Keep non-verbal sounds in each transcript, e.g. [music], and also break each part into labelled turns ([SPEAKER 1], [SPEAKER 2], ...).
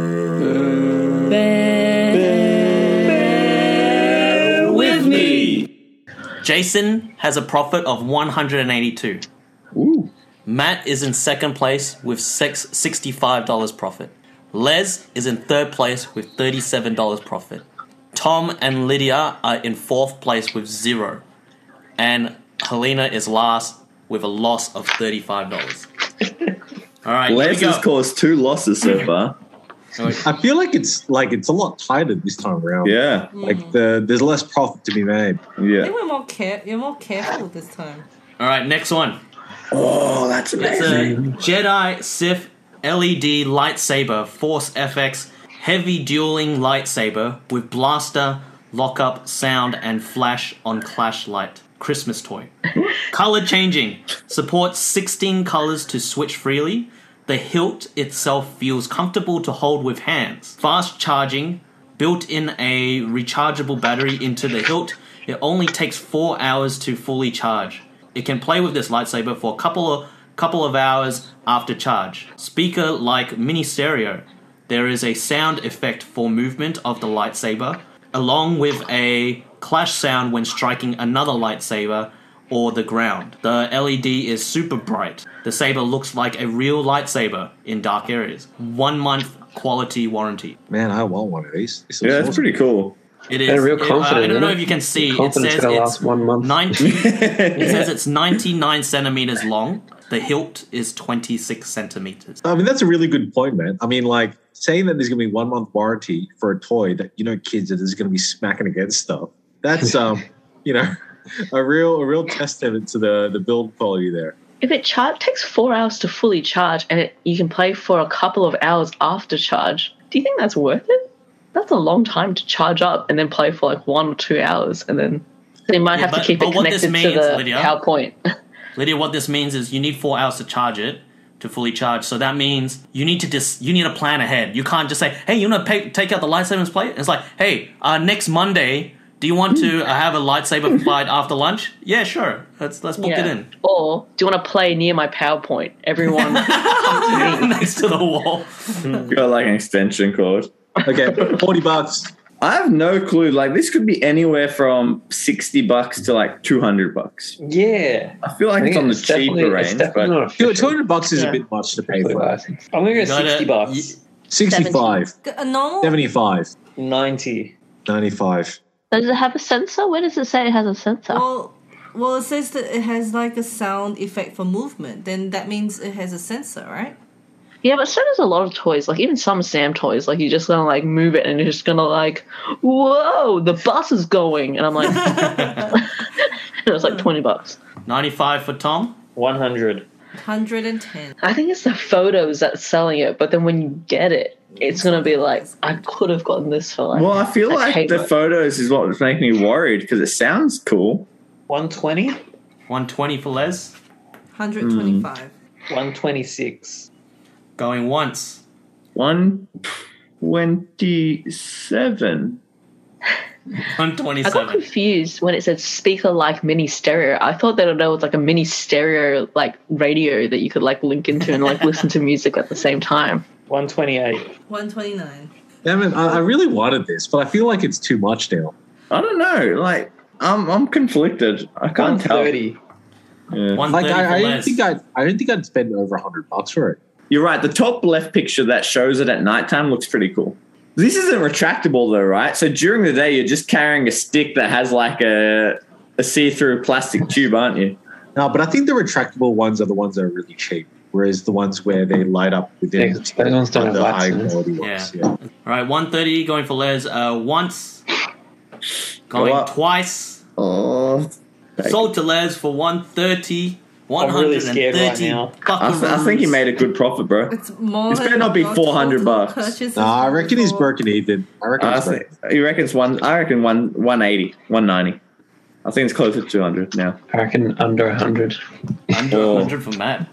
[SPEAKER 1] Burn.
[SPEAKER 2] with
[SPEAKER 1] me.
[SPEAKER 2] Jason has a profit of 182.
[SPEAKER 3] Ooh.
[SPEAKER 2] Matt is in second place with six, $65 profit. Les is in third place with $37 profit. Tom and Lydia are in fourth place with zero. And Helena is last with a loss of
[SPEAKER 3] [laughs]
[SPEAKER 2] $35. All right, here we
[SPEAKER 3] Lance has
[SPEAKER 2] go.
[SPEAKER 3] caused two losses so far.
[SPEAKER 4] I feel like it's like it's a lot tighter this time around.
[SPEAKER 3] Yeah.
[SPEAKER 4] Like the there's less profit to be made.
[SPEAKER 5] I
[SPEAKER 3] Yeah.
[SPEAKER 5] think we're more care- you're more careful this time.
[SPEAKER 2] All right, next one.
[SPEAKER 3] Oh, that's
[SPEAKER 2] It's a Jedi Sith LED lightsaber, Force FX, heavy dueling lightsaber with blaster, lockup, sound, and flash on clash light. Christmas toy. Color changing. Supports 16 colors to switch freely. The hilt itself feels comfortable to hold with hands. Fast charging. Built in a rechargeable battery into the hilt. It only takes four hours to fully charge. It can play with this lightsaber for a couple of couple of hours after charge. Speaker like mini stereo. There is a sound effect for movement of the lightsaber, along with a clash sound when striking another lightsaber or the ground. The LED is super bright. The saber looks like a real lightsaber in dark areas. One month quality warranty.
[SPEAKER 4] Man, I want one of these. This
[SPEAKER 3] Yeah,
[SPEAKER 4] looks
[SPEAKER 3] that's
[SPEAKER 4] awesome.
[SPEAKER 3] pretty cool.
[SPEAKER 2] It is.
[SPEAKER 6] They're real
[SPEAKER 2] it- I- I
[SPEAKER 6] confident,
[SPEAKER 2] don't know
[SPEAKER 6] innit?
[SPEAKER 2] if you can see. It
[SPEAKER 6] Confidence
[SPEAKER 2] says
[SPEAKER 6] gonna
[SPEAKER 2] it's
[SPEAKER 6] last one month. [laughs]
[SPEAKER 2] 90, it says it's 99 centimeters long. The hilt is 26 centimeters.
[SPEAKER 4] I mean, that's a really good point, man. I mean, like saying that there's going to be one month warranty for a toy that you know kids are just going to be smacking against stuff. That's um, [laughs] you know, a real a real testament to the the build quality there.
[SPEAKER 7] If it char- takes four hours to fully charge and it, you can play for a couple of hours after charge, do you think that's worth it? That's a long time to charge up and then play for like one or two hours, and then they might have
[SPEAKER 2] but-
[SPEAKER 7] to keep
[SPEAKER 2] but
[SPEAKER 7] it
[SPEAKER 2] what this
[SPEAKER 7] connected
[SPEAKER 2] means,
[SPEAKER 7] to the
[SPEAKER 2] Lydia-
[SPEAKER 7] PowerPoint.
[SPEAKER 2] Lydia, what this means is you need four hours to charge it to fully charge. So that means you need to just you need to plan ahead. You can't just say, "Hey, you want to pay, take out the lightsaber and play it?" It's like, "Hey, uh, next Monday, do you want to uh, have a
[SPEAKER 4] [laughs]
[SPEAKER 2] lightsaber fight after lunch?" Yeah, sure. Let's let's book it
[SPEAKER 7] Yeah.
[SPEAKER 2] in [laughs]
[SPEAKER 7] Or do you want to play near my PowerPoint? Everyone, come to me.
[SPEAKER 2] next to the wall.
[SPEAKER 3] Got like an extension cord. [laughs]
[SPEAKER 4] Okay, forty bucks.
[SPEAKER 3] I have no clue. Like this could be anywhere from sixty bucks to like two hundred bucks.
[SPEAKER 6] Yeah.
[SPEAKER 3] I feel like
[SPEAKER 6] I
[SPEAKER 3] it's
[SPEAKER 6] think
[SPEAKER 3] on the
[SPEAKER 6] it's definitely-
[SPEAKER 3] cheaper
[SPEAKER 6] it's
[SPEAKER 3] range,
[SPEAKER 6] definitely
[SPEAKER 3] but
[SPEAKER 6] not
[SPEAKER 4] Two
[SPEAKER 6] official.
[SPEAKER 4] hundred bucks is
[SPEAKER 7] Yeah.
[SPEAKER 4] a bit much to pay
[SPEAKER 6] Really
[SPEAKER 4] for.
[SPEAKER 6] license. I'm gonna go
[SPEAKER 2] You gotta-
[SPEAKER 6] sixty bucks,
[SPEAKER 4] Sixty five.
[SPEAKER 5] G- A normal.
[SPEAKER 4] 75,
[SPEAKER 6] ninety.
[SPEAKER 4] 95.
[SPEAKER 8] [laughs] Does it have a sensor? Where does it say it has a sensor?
[SPEAKER 5] Well, well, it says that it has like a sound effect for movement. Then that means it has a sensor, right?
[SPEAKER 7] yeah, but so does a lot of toys. Like even some Sam toys, like you're just gonna like move it and you're just gonna like, whoa, the bus is going, and I'm
[SPEAKER 2] [laughs]
[SPEAKER 7] like, [laughs] it was like twenty bucks.
[SPEAKER 2] Ninety-five for Tom.
[SPEAKER 6] One hundred.
[SPEAKER 5] Hundred and ten.
[SPEAKER 7] I think it's the photos that's selling it, but then when you get it, it's gonna be like, I could have gotten this for like.
[SPEAKER 3] well, I feel
[SPEAKER 7] I
[SPEAKER 3] like
[SPEAKER 7] hate
[SPEAKER 3] the
[SPEAKER 7] it.
[SPEAKER 3] photos is what was making me worried because it sounds cool.
[SPEAKER 6] One twenty.
[SPEAKER 2] One twenty for Les.
[SPEAKER 5] Hundred twenty-five.
[SPEAKER 6] One twenty six.
[SPEAKER 2] Going once.
[SPEAKER 3] One twenty-seven.
[SPEAKER 2] One
[SPEAKER 7] I got
[SPEAKER 2] twenty-seven.
[SPEAKER 7] confused when it said speaker like mini stereo. I thought that it was like a mini stereo like radio that you could like link into and like listen to music at the same time.
[SPEAKER 6] One twenty eight.
[SPEAKER 5] One twenty-nine.
[SPEAKER 4] Damn it, I, I really wanted this, but I feel like it's too much now.
[SPEAKER 3] I don't know. Like I'm, I'm conflicted. I
[SPEAKER 6] One
[SPEAKER 3] can't tell.
[SPEAKER 6] thirty.
[SPEAKER 3] Yeah.
[SPEAKER 2] One
[SPEAKER 4] Like
[SPEAKER 2] thirty
[SPEAKER 4] I, I
[SPEAKER 2] for
[SPEAKER 4] didn't
[SPEAKER 2] Les.
[SPEAKER 4] think I, I didn't think I'd spend over hundred bucks for it.
[SPEAKER 3] You're right. The top left picture that shows it at nighttime looks pretty cool. This isn't retractable though, right? So during the day, you're just carrying a stick that has like a a see-through plastic tube, aren't you?
[SPEAKER 4] No, but I think the retractable ones are the ones that are really cheap, whereas the ones where they light up within
[SPEAKER 6] Yeah, those ones don't
[SPEAKER 4] are
[SPEAKER 6] have
[SPEAKER 4] the
[SPEAKER 6] lights
[SPEAKER 4] high
[SPEAKER 6] in them.
[SPEAKER 4] quality ones. Yeah.
[SPEAKER 2] All right, one thirty going for Les. Uh, once. Going
[SPEAKER 3] Go up.
[SPEAKER 2] twice.
[SPEAKER 3] Oh,
[SPEAKER 2] Sold to Les for 130.
[SPEAKER 6] I'm
[SPEAKER 2] 130
[SPEAKER 6] really scared right now.
[SPEAKER 3] I, th- I think he made a good profit, bro.
[SPEAKER 5] It's more.
[SPEAKER 3] This
[SPEAKER 5] than
[SPEAKER 3] better not be
[SPEAKER 5] your
[SPEAKER 3] 400
[SPEAKER 5] total
[SPEAKER 3] bucks.
[SPEAKER 5] purchases
[SPEAKER 4] No, I reckon he's
[SPEAKER 5] before.
[SPEAKER 4] broken even. I reckon
[SPEAKER 3] I
[SPEAKER 4] he's
[SPEAKER 3] think,
[SPEAKER 4] broken.
[SPEAKER 3] he reckons one. I reckon one 180, 190. I think it's closer to 200 now.
[SPEAKER 6] I reckon under hundred.
[SPEAKER 2] under
[SPEAKER 3] Oh.
[SPEAKER 2] 100 for Matt.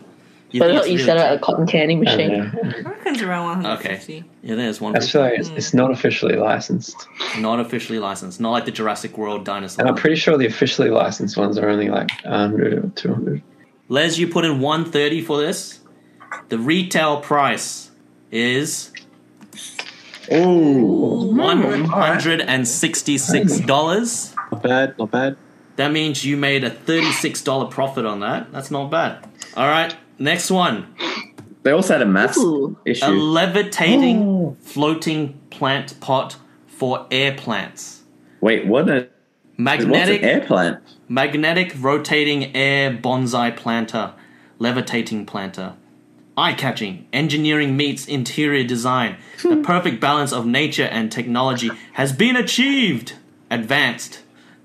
[SPEAKER 2] You
[SPEAKER 7] But I
[SPEAKER 2] think
[SPEAKER 7] thought
[SPEAKER 2] it's really
[SPEAKER 7] you said about
[SPEAKER 2] cheap?
[SPEAKER 7] the cotton candy machine.
[SPEAKER 6] I
[SPEAKER 5] I reckon it's around one hundred fifty.
[SPEAKER 2] Okay. Yeah, there's one.
[SPEAKER 6] feel like uh, it's, it's not officially licensed,
[SPEAKER 2] Not officially licensed. Not like the Jurassic World dinosaur.
[SPEAKER 6] and I'm pretty sure the officially licensed ones are only like hundred or two hundred.
[SPEAKER 2] Les, you put in 130 for this. The retail price is
[SPEAKER 5] Mm-hmm.
[SPEAKER 3] Oh,
[SPEAKER 5] Hmm. [laughs]
[SPEAKER 2] $166.
[SPEAKER 4] Not bad, not bad.
[SPEAKER 2] That means you made a $36 profit on that. That's not bad. All right, next one.
[SPEAKER 3] they also had a maths
[SPEAKER 7] Ooh.
[SPEAKER 3] issue.
[SPEAKER 2] A levitating floating plant pot for air plants.
[SPEAKER 3] Wait, what? A, what's an
[SPEAKER 2] Magnetic
[SPEAKER 3] air plant?
[SPEAKER 2] magnetic rotating air bonsai planter, levitating planter. Eye-catching engineering meets interior design.
[SPEAKER 3] [laughs]
[SPEAKER 2] the perfect balance of nature and technology has been achieved. Advanced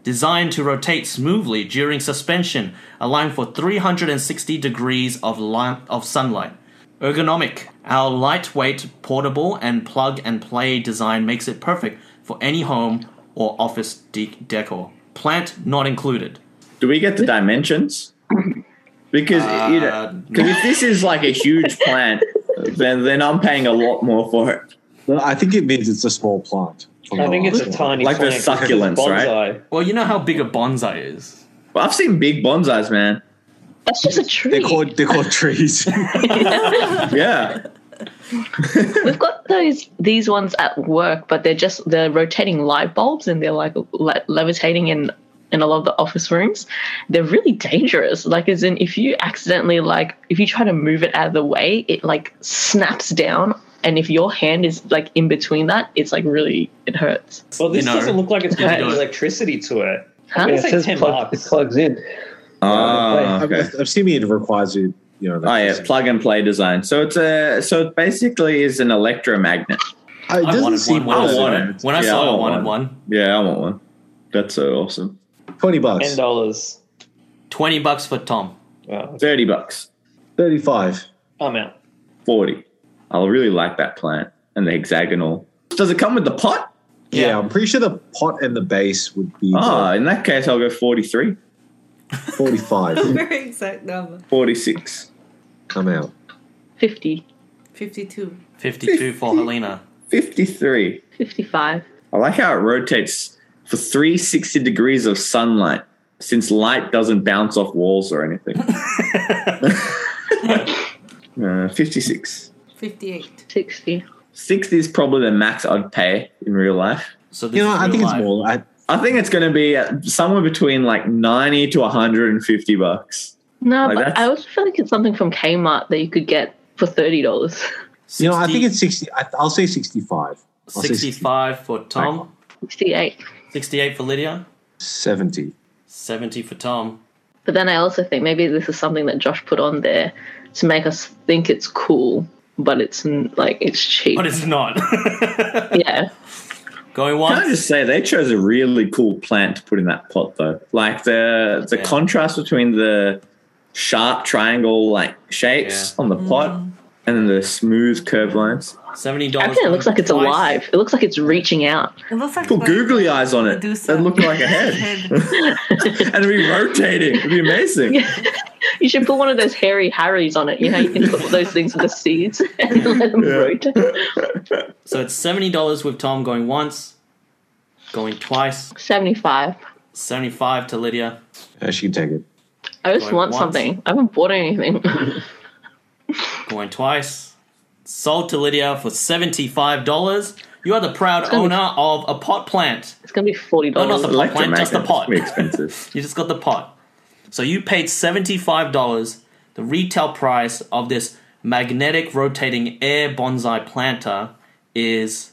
[SPEAKER 2] designed to rotate smoothly during suspension, allowing for 360 degrees of light, of sunlight. Ergonomic. Our lightweight, portable, and plug and play design makes it perfect for any home or office de- decor. Plant not included.
[SPEAKER 3] Do we get the dimensions? Because you
[SPEAKER 2] Uh,
[SPEAKER 3] know, because if this is like a huge plant, then then I'm paying a lot more for it.
[SPEAKER 4] No, I think it means it's a small plant. from
[SPEAKER 1] I
[SPEAKER 4] the
[SPEAKER 1] think it's a
[SPEAKER 4] last one.
[SPEAKER 1] tiny
[SPEAKER 3] Oh. Like the
[SPEAKER 1] plant because it's
[SPEAKER 3] succulents, right?
[SPEAKER 1] bonsai.
[SPEAKER 2] Well, you know how big a bonsai is.
[SPEAKER 3] But I've seen big bonsais, man.
[SPEAKER 8] That's just a
[SPEAKER 4] They're
[SPEAKER 8] tree.
[SPEAKER 4] called they're called trees.
[SPEAKER 3] Yeah,
[SPEAKER 7] We've got those these ones at work, but they're just they're rotating light bulbs and they're like le- levitating in in a lot of the office rooms. They're really dangerous. Like as in if you accidentally like if you try to move it out of the way, it like snaps down and if your hand is like in between that, it's like really it hurts.
[SPEAKER 1] Well, this
[SPEAKER 2] You know.
[SPEAKER 1] doesn't look like it's got
[SPEAKER 2] Yeah.
[SPEAKER 1] any electricity to it.
[SPEAKER 7] Huh?
[SPEAKER 1] Yeah.
[SPEAKER 6] it
[SPEAKER 1] say
[SPEAKER 6] says
[SPEAKER 1] 10
[SPEAKER 6] plug, it
[SPEAKER 1] bucks.
[SPEAKER 6] plugs in.
[SPEAKER 3] Ah,
[SPEAKER 4] I've,
[SPEAKER 3] okay.
[SPEAKER 4] [laughs] I've- I've seen it requires you, you know.
[SPEAKER 3] Oh yeah,
[SPEAKER 4] electricity.
[SPEAKER 3] plug and play design. So it's a so it basically is an electromagnet.
[SPEAKER 4] Uh, it
[SPEAKER 2] I wanted
[SPEAKER 4] doesn't
[SPEAKER 2] one
[SPEAKER 4] seem
[SPEAKER 2] when I,
[SPEAKER 3] I
[SPEAKER 4] bad.
[SPEAKER 2] saw
[SPEAKER 3] wanted
[SPEAKER 2] it. When I
[SPEAKER 3] Yeah,
[SPEAKER 2] saw
[SPEAKER 3] I
[SPEAKER 2] it, I
[SPEAKER 3] want one.
[SPEAKER 2] wanted one.
[SPEAKER 3] Yeah, I want one. That's so awesome.
[SPEAKER 4] Twenty bucks,
[SPEAKER 1] Ten
[SPEAKER 9] uh,
[SPEAKER 1] dollars.
[SPEAKER 2] Twenty bucks for Tom.
[SPEAKER 1] Well,
[SPEAKER 3] Thirty bucks,
[SPEAKER 4] thirty-five.
[SPEAKER 1] I'm out.
[SPEAKER 3] forty. I really like that plant and the hexagonal. Does it come with the pot?
[SPEAKER 4] Yeah.
[SPEAKER 2] Yeah.
[SPEAKER 4] I'm pretty sure the pot and the base would be
[SPEAKER 3] Ah, in that case, I'll go 43,
[SPEAKER 4] forty-five.
[SPEAKER 5] Very exact number.
[SPEAKER 3] 46,
[SPEAKER 4] I'm out.
[SPEAKER 7] Fifty.
[SPEAKER 5] 52.
[SPEAKER 2] Fifty-two for Helena.
[SPEAKER 3] 53.
[SPEAKER 7] 55.
[SPEAKER 3] I like how it rotates for 360 degrees of sunlight since light doesn't bounce off walls or anything. [laughs] uh, 56.
[SPEAKER 5] 58.
[SPEAKER 7] 60.
[SPEAKER 3] 60 is probably the max I'd pay in real life.
[SPEAKER 2] So this
[SPEAKER 4] You know,
[SPEAKER 2] is
[SPEAKER 4] I
[SPEAKER 2] real
[SPEAKER 4] think it's
[SPEAKER 2] life.
[SPEAKER 4] more. I,
[SPEAKER 3] I think it's going to be uh, somewhere between like 90 to 150 bucks.
[SPEAKER 7] No,
[SPEAKER 3] Like
[SPEAKER 7] but
[SPEAKER 3] that's-
[SPEAKER 7] I also feel like it's something from Kmart that you could get for thirty dollars. [laughs]
[SPEAKER 4] you know, I
[SPEAKER 2] 60
[SPEAKER 4] think it's sixty. I, I'll say sixty-five. I'll say
[SPEAKER 2] 65 for Tom,
[SPEAKER 7] Sixty-eight.
[SPEAKER 2] 68 for Lydia,
[SPEAKER 4] seventy.
[SPEAKER 2] 70 for Tom.
[SPEAKER 7] But then I also think maybe this is something that Josh put on there to make us think it's cool, but it's n- like it's cheap.
[SPEAKER 2] But it's not.
[SPEAKER 7] yeah,
[SPEAKER 2] [laughs] Going
[SPEAKER 3] Can I
[SPEAKER 2] once.
[SPEAKER 3] just say they chose a really cool plant to put in that pot though. Like the the
[SPEAKER 2] Yeah.
[SPEAKER 3] contrast between the sharp triangle like shapes on the pot and then the smooth curved lines.
[SPEAKER 2] $70.
[SPEAKER 7] I think it looks like it's
[SPEAKER 2] twice.
[SPEAKER 7] alive. It looks like it's reaching out.
[SPEAKER 5] It looks like
[SPEAKER 3] Put googly eyes on it.
[SPEAKER 5] Medusa.
[SPEAKER 3] That look like a
[SPEAKER 5] [laughs]
[SPEAKER 3] head. [laughs] and it'd be rotating. It'd be amazing.
[SPEAKER 7] You should put one of those hairy Harrys on it. You know, you can put those things with the seeds [laughs] and let them rotate.
[SPEAKER 2] So it's $70 with Tom going once, going twice,
[SPEAKER 7] Seventy-five.
[SPEAKER 2] 75 to Lydia.
[SPEAKER 4] Yeah, she can take it.
[SPEAKER 7] I just
[SPEAKER 2] Going
[SPEAKER 7] want
[SPEAKER 2] once.
[SPEAKER 7] something. I haven't bought anything. [laughs]
[SPEAKER 2] going twice. Sold to Lydia for $75. You are the proud
[SPEAKER 7] gonna be-
[SPEAKER 2] owner of a pot plant.
[SPEAKER 7] it's gonna be forty
[SPEAKER 2] Oh, not
[SPEAKER 7] dollars.
[SPEAKER 2] the pot plant, just the
[SPEAKER 3] Electromagnet.
[SPEAKER 2] pot.
[SPEAKER 3] It's gonna be expensive.
[SPEAKER 2] You just got the pot. So you paid $75, the retail price of this magnetic rotating air bonsai planter is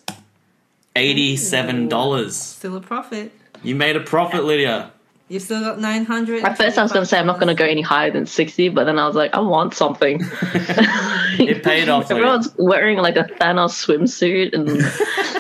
[SPEAKER 2] $87.
[SPEAKER 5] Still a profit.
[SPEAKER 2] You made a profit, Lydia.
[SPEAKER 5] You've still got 900.
[SPEAKER 7] At first, I was gonna say I'm not gonna go any higher than sixty, but then I was like, I want something.
[SPEAKER 2] It paid off, Lydia.
[SPEAKER 7] Everyone's wearing like a Thanos swimsuit and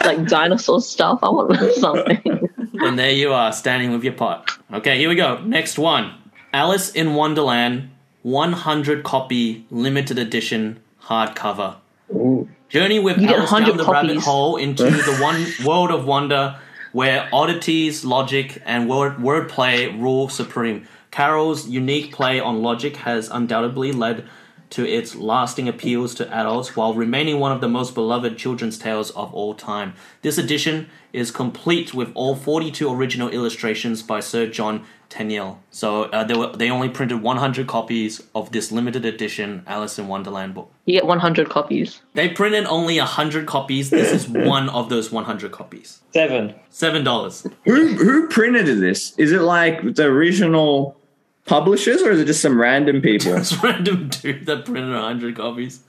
[SPEAKER 7] like dinosaur stuff. I want [laughs] something.
[SPEAKER 2] And there you are, standing with your pot. Okay, here we go. Next one Alice in Wonderland, 100 copy limited edition hardcover.
[SPEAKER 6] Ooh.
[SPEAKER 2] Journey with
[SPEAKER 7] You get
[SPEAKER 2] Alice
[SPEAKER 7] 100
[SPEAKER 2] down the rabbit
[SPEAKER 7] copies.
[SPEAKER 2] hole into
[SPEAKER 7] [laughs]
[SPEAKER 2] the one world of wonder where oddities, logic, and word wordplay rule supreme. Carroll's unique play on logic has undoubtedly led to its lasting appeals to adults while remaining one of the most beloved children's tales of all time. This edition is complete with all 42 original illustrations by Sir John Tenniel. So uh, they, were, they only printed 100 copies of this limited edition Alice in Wonderland book.
[SPEAKER 7] You get 100 copies.
[SPEAKER 2] They printed only 100 copies.
[SPEAKER 3] [laughs]
[SPEAKER 2] This is one of those 100 copies.
[SPEAKER 1] Seven.
[SPEAKER 2] [laughs] $7.
[SPEAKER 3] Who who printed this? Is it like the original publishers, or is it just some random
[SPEAKER 2] [laughs]
[SPEAKER 3] people?
[SPEAKER 2] It's random dude that printed 100 copies.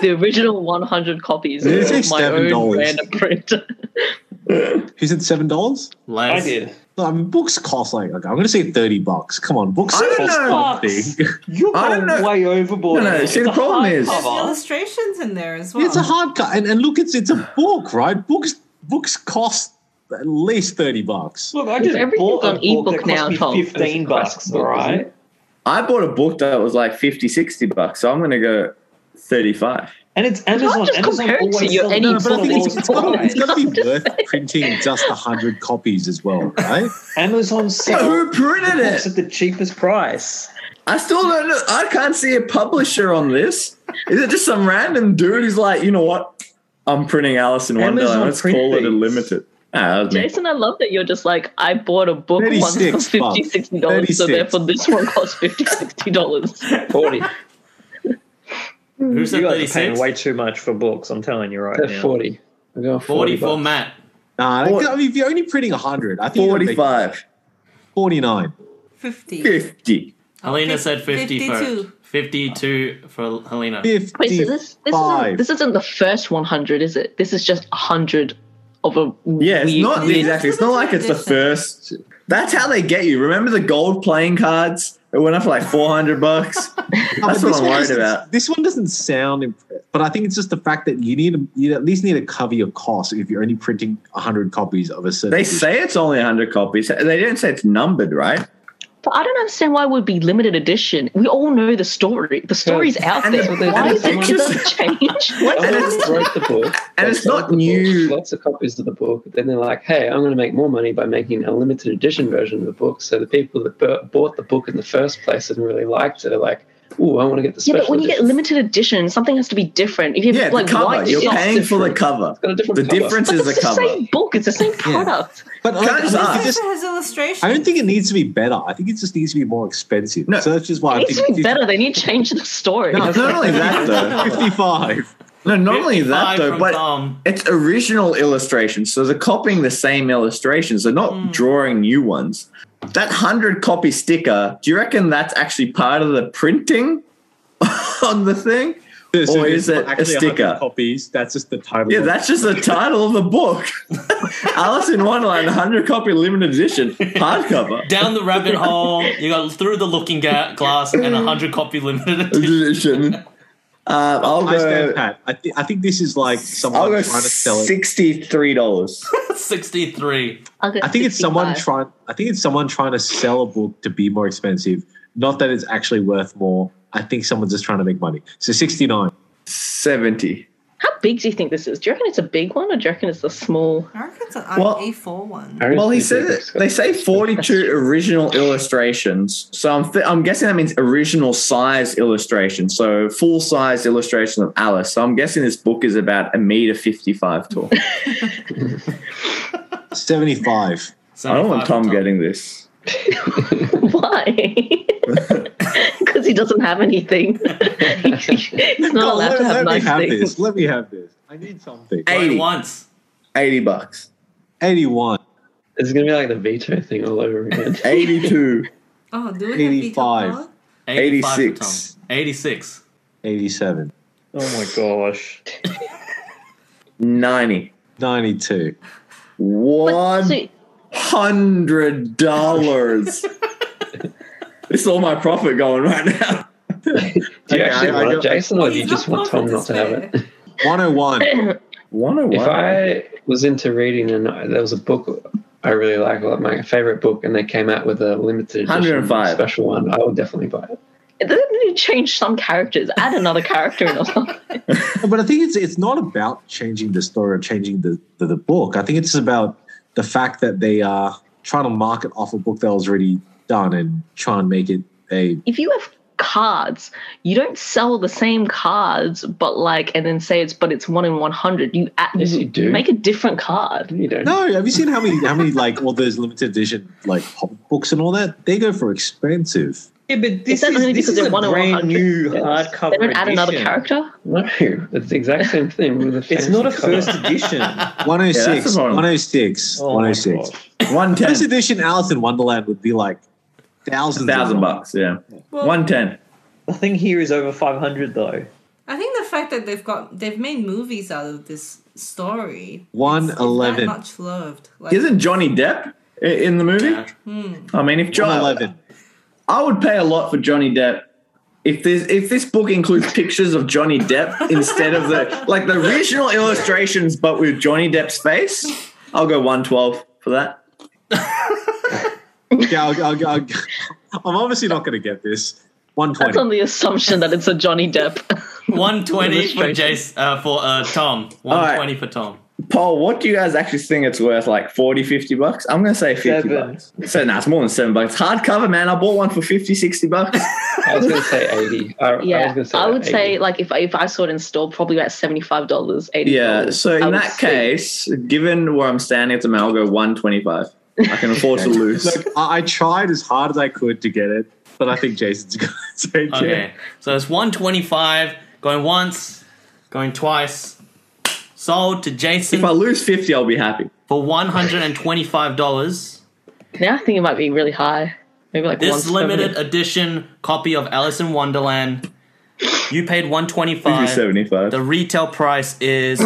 [SPEAKER 7] The original 100 copies
[SPEAKER 4] Did it
[SPEAKER 7] of
[SPEAKER 4] say
[SPEAKER 7] my
[SPEAKER 4] seven
[SPEAKER 7] own
[SPEAKER 4] dollars?
[SPEAKER 7] random print.
[SPEAKER 4] Who said seven dollars?
[SPEAKER 1] I
[SPEAKER 2] Les,
[SPEAKER 1] did.
[SPEAKER 4] No, I mean books cost like okay, I'm gonna say thirty bucks. Come on, books
[SPEAKER 3] I don't
[SPEAKER 4] cost
[SPEAKER 3] know.
[SPEAKER 4] something.
[SPEAKER 1] You're
[SPEAKER 3] I don't
[SPEAKER 1] going
[SPEAKER 3] know.
[SPEAKER 1] way overboard.
[SPEAKER 3] No, no, see,
[SPEAKER 1] It's
[SPEAKER 3] the
[SPEAKER 1] a
[SPEAKER 3] problem
[SPEAKER 1] hard
[SPEAKER 3] is-
[SPEAKER 5] There's
[SPEAKER 1] cover.
[SPEAKER 5] illustrations in there as
[SPEAKER 4] [laughs]
[SPEAKER 5] well.
[SPEAKER 4] it's a hard cut, and, and look, it's it's a book, right? Books books cost at least thirty bucks.
[SPEAKER 1] Look, I just
[SPEAKER 7] everything's
[SPEAKER 1] bought
[SPEAKER 7] on
[SPEAKER 1] an
[SPEAKER 7] ebook
[SPEAKER 1] ebook that
[SPEAKER 7] now,
[SPEAKER 1] cost me
[SPEAKER 7] Tom.
[SPEAKER 1] fifteen
[SPEAKER 6] It's a classic
[SPEAKER 1] bucks.
[SPEAKER 6] book,
[SPEAKER 1] All
[SPEAKER 6] isn't
[SPEAKER 1] right,
[SPEAKER 6] it?
[SPEAKER 3] I bought a book that was like 50, 60 bucks, so I'm going to go 35.
[SPEAKER 1] and it's
[SPEAKER 7] not
[SPEAKER 1] Amazon.
[SPEAKER 7] just
[SPEAKER 1] Amazon
[SPEAKER 7] comparing to
[SPEAKER 1] always
[SPEAKER 7] your
[SPEAKER 1] sells
[SPEAKER 7] any
[SPEAKER 1] them
[SPEAKER 4] No, but I
[SPEAKER 1] for
[SPEAKER 4] think it's,
[SPEAKER 1] low
[SPEAKER 4] it's, gotta, it's
[SPEAKER 1] price.
[SPEAKER 4] gotta be worth printing just hundred copies as well, right?
[SPEAKER 1] Amazon sells
[SPEAKER 3] Who printed
[SPEAKER 1] books
[SPEAKER 3] it?
[SPEAKER 1] at the cheapest price.
[SPEAKER 3] I still don't know. I can't see a publisher on this. Is it just some random dude who's like, you know what? I'm printing Alice in Wonderland.
[SPEAKER 1] Amazon
[SPEAKER 3] Let's
[SPEAKER 1] print
[SPEAKER 3] call it a
[SPEAKER 1] these.
[SPEAKER 3] limited. Ah, that was me.
[SPEAKER 7] Jason, I love that you're just like, I bought a book once for
[SPEAKER 4] 36 bucks.
[SPEAKER 7] $50, 60 dollars
[SPEAKER 4] 36.
[SPEAKER 7] so therefore this one costs 50 $60.
[SPEAKER 1] [laughs] Forty.
[SPEAKER 2] who
[SPEAKER 1] you
[SPEAKER 2] said
[SPEAKER 1] guys are paying
[SPEAKER 2] 36?
[SPEAKER 1] way too much for books. I'm telling you right
[SPEAKER 6] They're
[SPEAKER 1] now.
[SPEAKER 6] 40. We're going 40
[SPEAKER 2] 40 for
[SPEAKER 6] bucks.
[SPEAKER 2] Matt.
[SPEAKER 4] Nah,
[SPEAKER 3] Or-
[SPEAKER 4] I mean, if you're only printing hundred, I think forty five,
[SPEAKER 3] 45,
[SPEAKER 4] forty nine.
[SPEAKER 5] Fifty.
[SPEAKER 3] 50.
[SPEAKER 2] Helena
[SPEAKER 5] Fif-
[SPEAKER 2] said 50
[SPEAKER 5] 52.
[SPEAKER 2] first. 52 for Helena.
[SPEAKER 4] 50
[SPEAKER 7] Wait, so this, this, isn't,
[SPEAKER 4] Five.
[SPEAKER 7] this isn't the first 100, is it? This is just 100 of a.
[SPEAKER 3] Yeah, it's
[SPEAKER 7] weird-
[SPEAKER 3] not
[SPEAKER 5] Yeah,
[SPEAKER 3] exactly. It's
[SPEAKER 5] that's
[SPEAKER 3] not
[SPEAKER 5] what
[SPEAKER 3] like it's the
[SPEAKER 5] they said.
[SPEAKER 3] first. That's how they get you. Remember the gold playing cards? It went up for like 400
[SPEAKER 7] [laughs]
[SPEAKER 3] bucks.
[SPEAKER 4] No, but
[SPEAKER 3] That's what
[SPEAKER 4] this
[SPEAKER 3] I'm
[SPEAKER 4] one
[SPEAKER 3] worried
[SPEAKER 4] doesn't-
[SPEAKER 3] about.
[SPEAKER 4] This one doesn't sound impressive, but I think it's just the fact that you need you at least need to cover your costs if you're only printing 100 copies of a certain.
[SPEAKER 3] They
[SPEAKER 4] edition.
[SPEAKER 3] say it's only 100 copies. They don't say it's numbered, right?
[SPEAKER 7] But I don't understand why it would be limited edition. We all know the story. The story's out
[SPEAKER 3] And the-
[SPEAKER 7] there.
[SPEAKER 3] and
[SPEAKER 7] why
[SPEAKER 3] the
[SPEAKER 7] is it
[SPEAKER 3] pictures-
[SPEAKER 7] going to
[SPEAKER 3] [laughs]
[SPEAKER 7] change?
[SPEAKER 3] And
[SPEAKER 6] Someone
[SPEAKER 3] it's-
[SPEAKER 6] wrote the book.
[SPEAKER 3] [laughs] and
[SPEAKER 6] they
[SPEAKER 3] it's
[SPEAKER 6] sold
[SPEAKER 3] not
[SPEAKER 6] the book,
[SPEAKER 3] new-
[SPEAKER 6] Lots of copies of the book. Then they're like, "Hey, I'm going to make more money by making a limited edition version of the book." So the people that bu- bought the book in the first place and really liked it are like, "Ooh, I want to get the
[SPEAKER 7] Yeah,
[SPEAKER 6] special."
[SPEAKER 7] but when you get
[SPEAKER 6] edition."
[SPEAKER 7] limited edition, something has to be different. If you have
[SPEAKER 3] Yeah,
[SPEAKER 7] like
[SPEAKER 3] the cover.
[SPEAKER 7] white
[SPEAKER 3] You're
[SPEAKER 7] shirts-
[SPEAKER 3] paying for the cover.
[SPEAKER 6] got a different
[SPEAKER 3] The
[SPEAKER 6] cover.
[SPEAKER 3] difference
[SPEAKER 7] But
[SPEAKER 3] is
[SPEAKER 7] it's
[SPEAKER 3] the
[SPEAKER 7] the same
[SPEAKER 3] cover.
[SPEAKER 7] book. It's the same product.
[SPEAKER 4] but like,
[SPEAKER 3] Can't
[SPEAKER 4] I,
[SPEAKER 3] just
[SPEAKER 4] think
[SPEAKER 3] ask.
[SPEAKER 4] it just-
[SPEAKER 5] It has illustrations.
[SPEAKER 4] I don't think it needs to be better. I think it just needs to be more expensive.
[SPEAKER 3] No.
[SPEAKER 4] So that's just why
[SPEAKER 7] It
[SPEAKER 4] I
[SPEAKER 7] needs
[SPEAKER 4] think
[SPEAKER 7] to be better. They need to change the story.
[SPEAKER 3] It's not
[SPEAKER 7] [laughs]
[SPEAKER 3] only that though.
[SPEAKER 4] 55.
[SPEAKER 3] No, not only that
[SPEAKER 2] 55
[SPEAKER 3] though,
[SPEAKER 2] from
[SPEAKER 3] but
[SPEAKER 2] Tom.
[SPEAKER 3] it's original illustrations. So they're copying the same illustrations. They're
[SPEAKER 7] Hmm.
[SPEAKER 3] not drawing new ones. That hundred copy sticker. Do you reckon that's actually part of the printing [laughs] on the thing? Or is it a sticker?
[SPEAKER 4] Copies. That's just the title.
[SPEAKER 3] Yeah,
[SPEAKER 4] of it.
[SPEAKER 3] that's just the title of the book. [laughs] Alice in Wonderland, 100 copy limited edition, hardcover.
[SPEAKER 2] Down the rabbit hole, you got through the looking ga- glass and 100 copy
[SPEAKER 3] [laughs]
[SPEAKER 2] limited edition.
[SPEAKER 3] edition. Um, I'll
[SPEAKER 4] I stand
[SPEAKER 3] go.
[SPEAKER 4] pat. I, thi- I think this is like
[SPEAKER 3] I'll
[SPEAKER 4] someone
[SPEAKER 3] go
[SPEAKER 4] trying to sell it.
[SPEAKER 3] sixty-three dollars.
[SPEAKER 2] 63.
[SPEAKER 7] I'll get
[SPEAKER 4] I think it's someone
[SPEAKER 7] 65.
[SPEAKER 4] trying. I think it's someone trying to sell a book to be more expensive. Not that it's actually worth more. I think someone's just trying to make money. So sixty nine.
[SPEAKER 3] Seventy.
[SPEAKER 7] How big do you think this is? Do you reckon it's a big one, or do you reckon it's a small? [laughs]
[SPEAKER 5] I reckon it's an
[SPEAKER 3] Well-
[SPEAKER 5] A4 one.
[SPEAKER 6] I reckon
[SPEAKER 3] Well, he
[SPEAKER 6] it's
[SPEAKER 3] said
[SPEAKER 6] like-
[SPEAKER 3] it. They say forty-two original illustrations. So I'm, th- I'm guessing that means original size illustration. So full size illustration of Alice. So I'm guessing this book is about a meter fifty-five tall.
[SPEAKER 4] 75.
[SPEAKER 3] I don't want
[SPEAKER 2] 75
[SPEAKER 3] Tom
[SPEAKER 2] from
[SPEAKER 3] getting this.
[SPEAKER 6] [laughs]
[SPEAKER 7] Why? Because he doesn't have anything. [laughs] He's
[SPEAKER 4] God,
[SPEAKER 7] not allowed
[SPEAKER 4] let,
[SPEAKER 7] to have
[SPEAKER 4] let
[SPEAKER 7] nice
[SPEAKER 4] me have
[SPEAKER 7] things.
[SPEAKER 4] this. Let me have this. I need something.
[SPEAKER 2] Going
[SPEAKER 3] Eighty.
[SPEAKER 2] once.
[SPEAKER 3] Eighty bucks.
[SPEAKER 4] 81,
[SPEAKER 6] It's going to be like the veto thing all
[SPEAKER 4] [laughs]
[SPEAKER 6] over again.
[SPEAKER 3] Eighty-two.
[SPEAKER 5] Oh, do we have
[SPEAKER 4] 85.
[SPEAKER 5] 85.
[SPEAKER 2] 85 for
[SPEAKER 3] 86.
[SPEAKER 2] Tom. 86.
[SPEAKER 4] 87,
[SPEAKER 1] Oh my gosh.
[SPEAKER 3] 90
[SPEAKER 4] 92.
[SPEAKER 7] But, so,
[SPEAKER 3] one hundred dollars this is all my profit going right now
[SPEAKER 6] Do you
[SPEAKER 4] Okay,
[SPEAKER 6] actually
[SPEAKER 4] I- I
[SPEAKER 6] want
[SPEAKER 4] don't-
[SPEAKER 6] it, Jason, or do you
[SPEAKER 5] He's
[SPEAKER 6] just
[SPEAKER 5] not
[SPEAKER 6] want Tom not to have
[SPEAKER 5] confident
[SPEAKER 6] it?
[SPEAKER 5] to spare.
[SPEAKER 7] [laughs]
[SPEAKER 4] 101.
[SPEAKER 6] If
[SPEAKER 3] 101
[SPEAKER 6] I was into reading and I, there was a book I really like, like my favorite book, and they came out with a limited edition
[SPEAKER 3] 105.
[SPEAKER 6] special one, I would definitely buy it.
[SPEAKER 7] they need to change some characters. Add another character
[SPEAKER 3] [laughs]
[SPEAKER 7] in or something.
[SPEAKER 4] But I think it's it's not about changing the story or changing the, the, the book. I think it's about the fact that they are trying to market off a book that was already done and try and make it a.
[SPEAKER 7] If you have cards. You don't sell the same cards, but like, and then say it's, but it's one in 100. You, at,
[SPEAKER 6] Yes, you do.
[SPEAKER 7] make a different card.
[SPEAKER 6] You don't.
[SPEAKER 4] No, have you seen how many how many like all those limited edition like pop books and all that? They go for expensive.
[SPEAKER 1] Yeah, but this
[SPEAKER 7] that's
[SPEAKER 1] is,
[SPEAKER 7] only
[SPEAKER 1] this
[SPEAKER 7] because
[SPEAKER 1] is
[SPEAKER 7] they're
[SPEAKER 1] a
[SPEAKER 7] one in
[SPEAKER 1] brand
[SPEAKER 7] 100.
[SPEAKER 1] new
[SPEAKER 6] Yes.
[SPEAKER 1] hardcover
[SPEAKER 7] [laughs] They don't add another
[SPEAKER 1] edition.
[SPEAKER 7] character.
[SPEAKER 6] No, it's the exact same
[SPEAKER 4] [laughs]
[SPEAKER 6] thing with the
[SPEAKER 1] It's
[SPEAKER 6] fancy
[SPEAKER 1] not a
[SPEAKER 6] cover.
[SPEAKER 1] first edition. [laughs] Oh
[SPEAKER 4] 106,
[SPEAKER 3] the problem.
[SPEAKER 4] 106,
[SPEAKER 1] my
[SPEAKER 4] 106.
[SPEAKER 1] gosh.
[SPEAKER 3] One ten.
[SPEAKER 4] First edition Alice in Wonderland would be like thousands. of
[SPEAKER 3] Thousand
[SPEAKER 4] dollars.
[SPEAKER 3] bucks. Yeah.
[SPEAKER 5] Well-
[SPEAKER 3] One ten.
[SPEAKER 1] The thing here is over 500 though.
[SPEAKER 5] I think the fact that they've got they've made movies out of this story.
[SPEAKER 4] One
[SPEAKER 5] it's- it's
[SPEAKER 4] eleven.
[SPEAKER 5] that much loved. Like,
[SPEAKER 3] Isn't Johnny Depp i- in the movie?
[SPEAKER 2] Yeah.
[SPEAKER 3] I mean, if
[SPEAKER 4] One
[SPEAKER 3] John,
[SPEAKER 4] eleven.
[SPEAKER 3] I would pay a lot for Johnny Depp. If this if this book includes pictures of Johnny Depp instead of the like the original illustrations, but with Johnny Depp's face, I'll go one twelve for that.
[SPEAKER 4] Yeah, I'll, I'll, I'll, I'm obviously not going to get this. One
[SPEAKER 7] That's on
[SPEAKER 4] twenty.
[SPEAKER 7] the assumption that it's a
[SPEAKER 3] [laughs]
[SPEAKER 7] Johnny Depp.
[SPEAKER 2] 120 for
[SPEAKER 7] Illustration.
[SPEAKER 2] Jace, uh, for uh, Tom. 120 for Tom.
[SPEAKER 3] Paul, what do you guys actually think it's worth? Like 40, 50 bucks? I'm gonna say fifty
[SPEAKER 1] Seven.
[SPEAKER 3] bucks. So nah, it's more than seven bucks. Hardcover, man. I bought one for 50, 60 bucks.
[SPEAKER 6] I was going to say
[SPEAKER 4] [laughs]
[SPEAKER 6] 80. I, I was
[SPEAKER 7] Yeah,
[SPEAKER 6] gonna say
[SPEAKER 7] I, would
[SPEAKER 6] 80.
[SPEAKER 7] say like if I- if I saw it in store, probably about seventy five dollars, eighty.
[SPEAKER 3] yeah. So
[SPEAKER 7] Oh, I
[SPEAKER 3] in
[SPEAKER 7] would
[SPEAKER 3] that
[SPEAKER 7] say.
[SPEAKER 3] case, given where I'm standing at the moment, I'll go one twenty five. I can afford to lose.
[SPEAKER 4] Look, I, I tried as hard as I could to get it, but I think Jason's [laughs] going to take
[SPEAKER 2] Okay.
[SPEAKER 4] it.
[SPEAKER 2] So it's 125, going once, going twice. Sold to Jason
[SPEAKER 3] If I lose fifty, I'll be happy.
[SPEAKER 2] for $125.
[SPEAKER 7] now I think it might be really high. Maybe like
[SPEAKER 2] This
[SPEAKER 7] one
[SPEAKER 2] limited edition copy of Alice in Wonderland. You paid 125.
[SPEAKER 3] seventy five.
[SPEAKER 2] The retail price is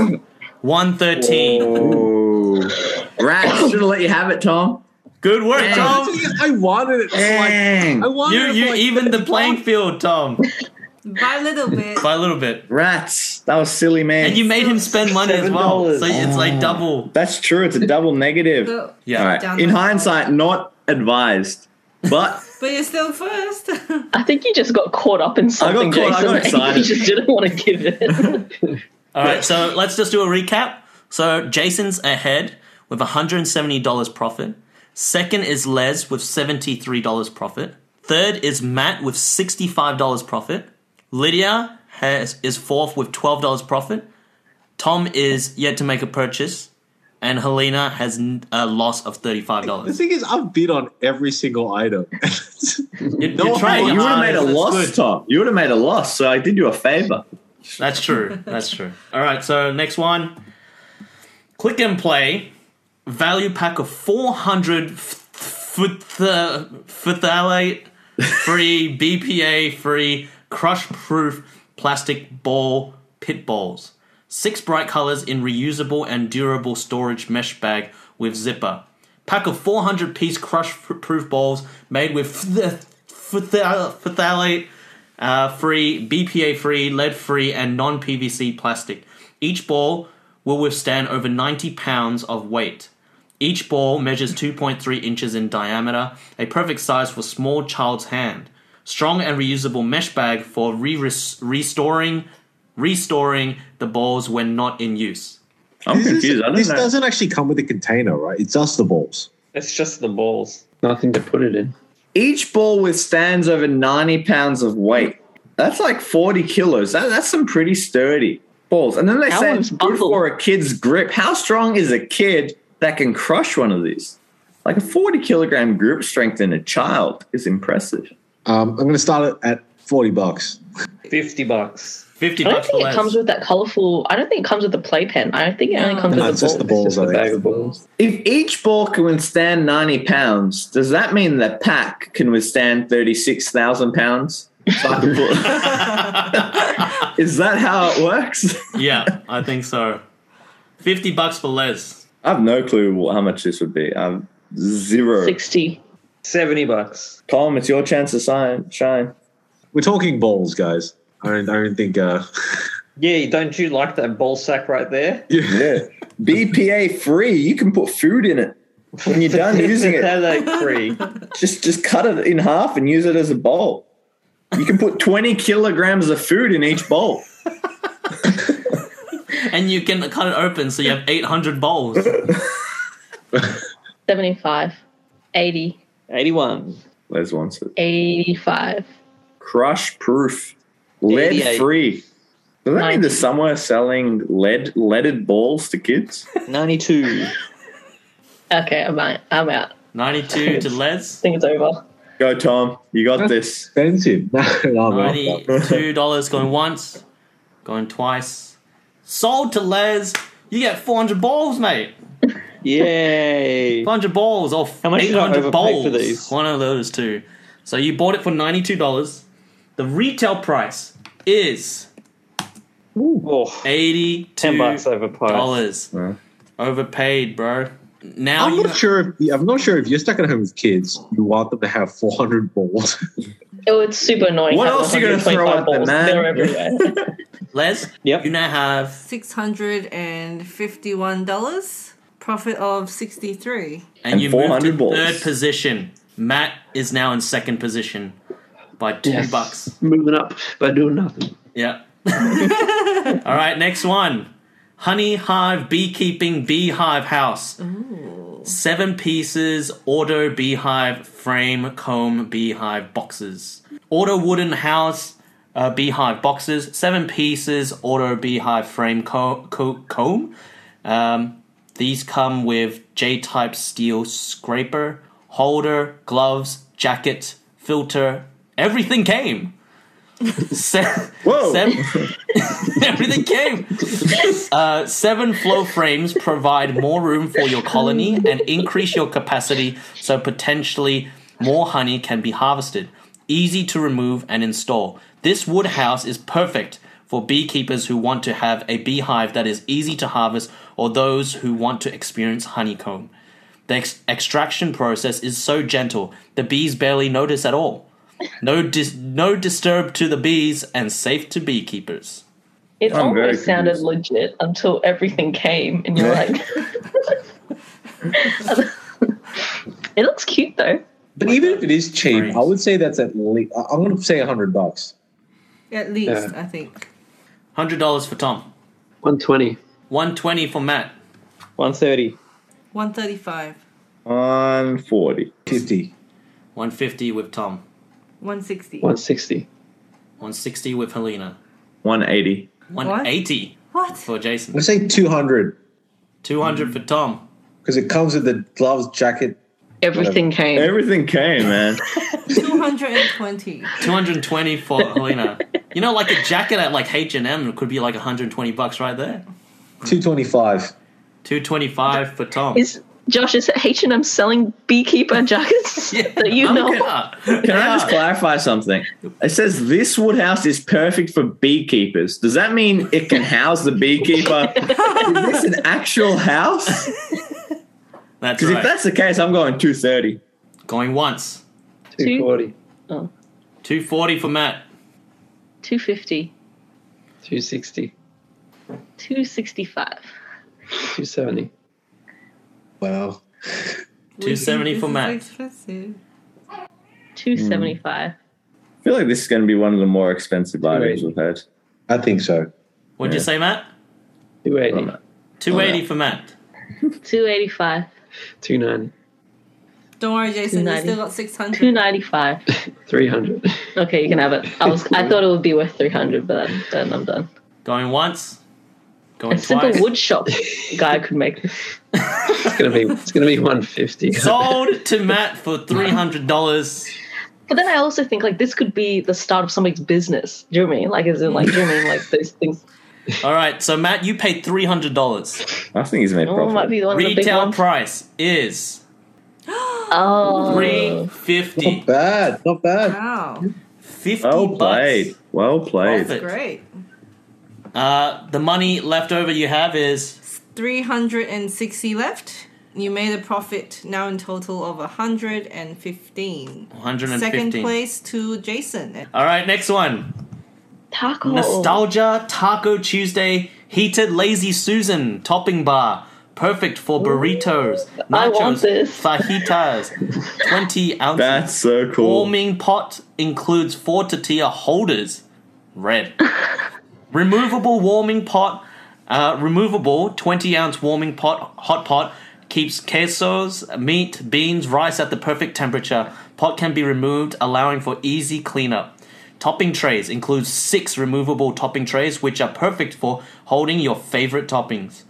[SPEAKER 2] 113.
[SPEAKER 3] Oh. Rat, should have let you have it, Tom.
[SPEAKER 2] Good work, Tom.
[SPEAKER 4] I wanted it. for like,
[SPEAKER 3] Dang.
[SPEAKER 4] I wanted
[SPEAKER 2] You
[SPEAKER 4] it.
[SPEAKER 2] you even the playing field, Tom,
[SPEAKER 5] by little bit.
[SPEAKER 2] by a little bit.
[SPEAKER 3] Rats. That was silly, man.
[SPEAKER 2] And you made him spend money as well.
[SPEAKER 1] $7.
[SPEAKER 2] So it's like double.
[SPEAKER 3] That's true. It's a double negative.
[SPEAKER 5] So-
[SPEAKER 2] Yeah.
[SPEAKER 3] All right.
[SPEAKER 5] Down
[SPEAKER 3] In
[SPEAKER 5] the-
[SPEAKER 3] hindsight, not advised. But
[SPEAKER 5] But you're still first.
[SPEAKER 7] I think you just got caught up in
[SPEAKER 3] got
[SPEAKER 7] something,
[SPEAKER 3] caught- I got
[SPEAKER 7] Jason. [laughs] and you
[SPEAKER 3] excited.
[SPEAKER 7] just didn't want to
[SPEAKER 3] [laughs]
[SPEAKER 7] give it.
[SPEAKER 2] All right, so let's just do a recap. So Jason's ahead with $170 profit. Second is Les with $73 profit. Third is Matt with $65 profit. Lydia has, is fourth with $12 profit. Tom is yet to make a purchase. And Helena has n- a loss of
[SPEAKER 4] The
[SPEAKER 2] $35.
[SPEAKER 4] thing is, I've bid on every single item. [laughs]
[SPEAKER 2] You're,
[SPEAKER 3] no,
[SPEAKER 2] you're trying
[SPEAKER 3] you
[SPEAKER 2] your
[SPEAKER 3] would have made a
[SPEAKER 2] hardest, that's
[SPEAKER 3] loss,
[SPEAKER 2] good.
[SPEAKER 3] Tom. You would have made a loss. So I did you a favor.
[SPEAKER 2] [laughs] That's true. That's true. All right, so next one. Click and play. Value pack of 400 phthalate free, [laughs] BPA free, crush proof plastic ball pit balls. Six bright colors in reusable and durable storage mesh bag with zipper. Pack of 400 piece crush proof balls made with phthalate uh, free, BPA free, lead free, and non PVC plastic. Each ball will withstand over 90 pounds of weight. Each ball measures 2.3 inches in diameter, a perfect size for small child's hand. Strong and reusable mesh bag for re- res- restoring restoring the balls when not in use.
[SPEAKER 3] I'm
[SPEAKER 4] This is-
[SPEAKER 3] confused. I
[SPEAKER 4] this
[SPEAKER 3] don't know.
[SPEAKER 4] doesn't actually come with a container, right? It's just the balls.
[SPEAKER 1] It's just the balls.
[SPEAKER 6] Nothing to put it in.
[SPEAKER 3] Each ball withstands over 90 pounds of weight. That's like 40 kilos. That, that's some pretty sturdy balls. And then they
[SPEAKER 7] That
[SPEAKER 3] say
[SPEAKER 7] one's
[SPEAKER 3] it's good
[SPEAKER 7] buckled.
[SPEAKER 3] for a kid's grip. How strong is a kid that can crush one of these? Like a 40 kilogram grip strength in a child is impressive.
[SPEAKER 4] Um, I'm going to start it at 40 bucks.
[SPEAKER 1] 50 bucks.
[SPEAKER 2] 50
[SPEAKER 7] I don't
[SPEAKER 2] bucks for
[SPEAKER 7] think it
[SPEAKER 2] less.
[SPEAKER 7] comes with that colorful. I don't think it comes with the playpen. I don't think it only
[SPEAKER 5] No.
[SPEAKER 7] comes
[SPEAKER 4] No,
[SPEAKER 7] with
[SPEAKER 4] it's
[SPEAKER 7] the
[SPEAKER 4] just
[SPEAKER 7] ball.
[SPEAKER 4] the balls.
[SPEAKER 6] Just a
[SPEAKER 4] I
[SPEAKER 6] bag
[SPEAKER 4] think.
[SPEAKER 5] [laughs]
[SPEAKER 6] of balls.
[SPEAKER 3] If each ball can withstand 90 pounds, does that mean the pack can withstand 36,000 pounds? is that how it works?
[SPEAKER 2] yeah, I think so. 50 bucks for Les.
[SPEAKER 3] I have no clue how much this would be. I'm zero.
[SPEAKER 7] Sixty.
[SPEAKER 1] 70 bucks.
[SPEAKER 3] Tom, it's your chance to sign, shine.
[SPEAKER 4] We're talking balls, guys. I don't, I don't think. Uh, [laughs]
[SPEAKER 1] Yeah, don't you like that ball sack right there?
[SPEAKER 3] Yeah. BPA free. You can put food in it when you're
[SPEAKER 9] [laughs]
[SPEAKER 3] done using it.
[SPEAKER 1] [laughs] Phthalate free.
[SPEAKER 3] Just just cut it in half and use it as a bowl. You can put 20 kilograms of food in each bowl.
[SPEAKER 2] And you can cut it open so you have 800 bowls.
[SPEAKER 8] 75, 80,
[SPEAKER 1] 81.
[SPEAKER 3] Les wants it.
[SPEAKER 8] 85.
[SPEAKER 3] Crush proof. Lead
[SPEAKER 9] 88.
[SPEAKER 3] free. Does that mean
[SPEAKER 9] 90.
[SPEAKER 3] there's somewhere selling lead leaded balls to kids?
[SPEAKER 9] 92.
[SPEAKER 8] Okay, I'm out. I'm out. I
[SPEAKER 2] 92 to Les.
[SPEAKER 8] think it's over.
[SPEAKER 3] Go, Tom. You got this.
[SPEAKER 4] Expensive. No, no, no, no.
[SPEAKER 9] Oh,
[SPEAKER 2] Ninety-two dollars going once, going twice. Sold to Les. You get four hundred balls, mate.
[SPEAKER 9] [laughs] Yay.
[SPEAKER 2] Four hundred balls or
[SPEAKER 9] How much
[SPEAKER 2] eight
[SPEAKER 9] did I
[SPEAKER 2] hundred
[SPEAKER 9] overpay
[SPEAKER 2] balls.
[SPEAKER 9] for these?
[SPEAKER 2] One of those two. So you bought it for ninety-two dollars. The retail price is
[SPEAKER 9] Oh,
[SPEAKER 2] eighty-two
[SPEAKER 9] 10 bucks over price.
[SPEAKER 2] dollars. Overpaid, bro. Now
[SPEAKER 4] I'm
[SPEAKER 2] you
[SPEAKER 4] not sure if I'm not sure if you're stuck at home with kids, you want them to have 400 balls.
[SPEAKER 8] It
[SPEAKER 7] Oh,
[SPEAKER 8] was super annoying.
[SPEAKER 3] What
[SPEAKER 8] having
[SPEAKER 3] else you gonna throw
[SPEAKER 8] 125
[SPEAKER 3] at them,
[SPEAKER 8] balls.
[SPEAKER 3] man?
[SPEAKER 8] They're everywhere.
[SPEAKER 3] [laughs]
[SPEAKER 7] [laughs]
[SPEAKER 2] Les.
[SPEAKER 9] Yep.
[SPEAKER 2] You now have
[SPEAKER 5] $651. Profit of 63
[SPEAKER 2] and,
[SPEAKER 3] And
[SPEAKER 2] you moved to
[SPEAKER 3] 400 balls.
[SPEAKER 2] third position. Matt is now in second position by two
[SPEAKER 6] Yes.
[SPEAKER 2] bucks.
[SPEAKER 6] Moving up by doing nothing.
[SPEAKER 2] Yeah. [laughs] All right, next one. Honey Hive Beekeeping Beehive House. Seven pieces auto beehive frame comb beehive boxes. Auto wooden house uh, beehive boxes. Seven pieces auto beehive frame co- co- comb. Um, these come with J type steel scraper, holder, gloves, jacket, filter. Everything came. Se-
[SPEAKER 3] Whoa.
[SPEAKER 2] Seven, everything came. Uh, seven flow frames provide more room for your colony and increase your capacity, so potentially more honey can be harvested. Easy to remove and install. This wood house is perfect for beekeepers who want to have a beehive that is easy to harvest, or those who want to experience honeycomb. The ex- extraction process is so gentle, the bees barely notice at all. No, dis- no disturb to the bees and safe to beekeepers.
[SPEAKER 8] It
[SPEAKER 3] I'm very
[SPEAKER 8] almost sounded legit until everything came, and you're like,
[SPEAKER 7] [laughs]
[SPEAKER 8] it looks cute though.
[SPEAKER 4] [laughs] But even if it is cheap,
[SPEAKER 2] Frames.
[SPEAKER 4] I would say that's at least I'm gonna say 100 bucks.
[SPEAKER 5] at least,
[SPEAKER 6] Yeah.
[SPEAKER 5] I think.
[SPEAKER 2] Hundred dollars for Tom.
[SPEAKER 6] 120.
[SPEAKER 2] One twenty for Matt.
[SPEAKER 9] 130.
[SPEAKER 5] 135
[SPEAKER 3] On forty.
[SPEAKER 4] 50.
[SPEAKER 2] One fifty with Tom.
[SPEAKER 5] 160
[SPEAKER 6] 160.
[SPEAKER 2] One sixty with Helena.
[SPEAKER 3] One eighty.
[SPEAKER 2] One eighty
[SPEAKER 5] What?
[SPEAKER 2] for Jason.
[SPEAKER 4] I say 200
[SPEAKER 2] Two hundred for Tom.
[SPEAKER 4] because it comes with the gloves, jacket.
[SPEAKER 7] Everything came.
[SPEAKER 3] Everything came, man.
[SPEAKER 5] 220
[SPEAKER 2] Two hundred twenty for Helena. You know, like a jacket at like H and M could be like hundred twenty bucks right there.
[SPEAKER 4] 225.
[SPEAKER 2] Two twenty five for Tom.
[SPEAKER 7] Is Josh is H and M selling beekeeper
[SPEAKER 3] [laughs]
[SPEAKER 7] jackets that you know?
[SPEAKER 3] Can I just clarify something? It says this wood house is perfect for beekeepers. Does that mean it can house the beekeeper? is this an actual house?
[SPEAKER 2] That's
[SPEAKER 3] Because if
[SPEAKER 2] right.
[SPEAKER 3] that's the case, I'm going two thirty.
[SPEAKER 2] Going once.
[SPEAKER 6] 240.
[SPEAKER 2] Two forty for Matt.
[SPEAKER 8] 250,
[SPEAKER 6] 260.
[SPEAKER 8] 265.
[SPEAKER 3] Hmm.
[SPEAKER 6] 270.
[SPEAKER 4] Wow.
[SPEAKER 2] 270 for Matt.
[SPEAKER 5] Expensive.
[SPEAKER 8] 275.
[SPEAKER 3] I feel like this is going to be one of the more expensive items we've had.
[SPEAKER 4] I think so.
[SPEAKER 2] What'd you
[SPEAKER 3] Yeah.
[SPEAKER 2] say, Matt?
[SPEAKER 6] 280.
[SPEAKER 2] Two eighty for Matt.
[SPEAKER 8] 285.
[SPEAKER 6] [laughs] 290.
[SPEAKER 5] Don't worry, Jason, you
[SPEAKER 8] 290.
[SPEAKER 5] still got 600
[SPEAKER 8] 295.
[SPEAKER 6] 300.
[SPEAKER 8] Okay, you can have it. I was I thought it would be worth 300, but then, then I'm done.
[SPEAKER 2] Going once. Going
[SPEAKER 8] A simple
[SPEAKER 2] twice.
[SPEAKER 8] wood shop guy could make this.
[SPEAKER 6] It's going to be it's gonna
[SPEAKER 2] [laughs]
[SPEAKER 6] be 150.
[SPEAKER 2] Sold to Matt for three hundred dollars.
[SPEAKER 8] But then I also think like this could be the start of somebody's business. Do you know what I mean? Like is it like do you know what I mean? Like those
[SPEAKER 3] [laughs]
[SPEAKER 8] things.
[SPEAKER 2] All right, so Matt, you paid three hundred dollars.
[SPEAKER 3] I think he's made
[SPEAKER 8] Oh,
[SPEAKER 3] profit.
[SPEAKER 8] might be one of the big
[SPEAKER 2] Retail
[SPEAKER 8] ones.
[SPEAKER 2] price is
[SPEAKER 8] Oh,
[SPEAKER 2] three fifty.
[SPEAKER 4] Not bad. Not bad.
[SPEAKER 5] [gasps] Wow,
[SPEAKER 2] Fifty
[SPEAKER 8] Oh,
[SPEAKER 3] well
[SPEAKER 2] bucks.
[SPEAKER 3] played. Well played.
[SPEAKER 2] Profit.
[SPEAKER 5] great.
[SPEAKER 2] Uh, the money left over you have is
[SPEAKER 5] 360 left. You made a profit now in total of 115.
[SPEAKER 2] one hundred and
[SPEAKER 5] Second
[SPEAKER 2] fifteen.
[SPEAKER 5] place to Jason.
[SPEAKER 2] All right, next one.
[SPEAKER 8] taco.
[SPEAKER 2] Nostalgia Taco Tuesday Heated Lazy Susan Topping Bar. Perfect for burritos,
[SPEAKER 8] I
[SPEAKER 2] nachos,
[SPEAKER 8] want this. [laughs]
[SPEAKER 2] fajitas. 20 ounces.
[SPEAKER 3] That's so cool.
[SPEAKER 2] Warming pot includes four tortilla holders. Red. removable warming pot. Uh, removable 20 ounce warming pot, hot pot, keeps quesos, meat, beans, rice at the perfect temperature. Pot can be removed, allowing for easy cleanup. Topping trays includes six removable topping trays, which are perfect for holding your favorite toppings.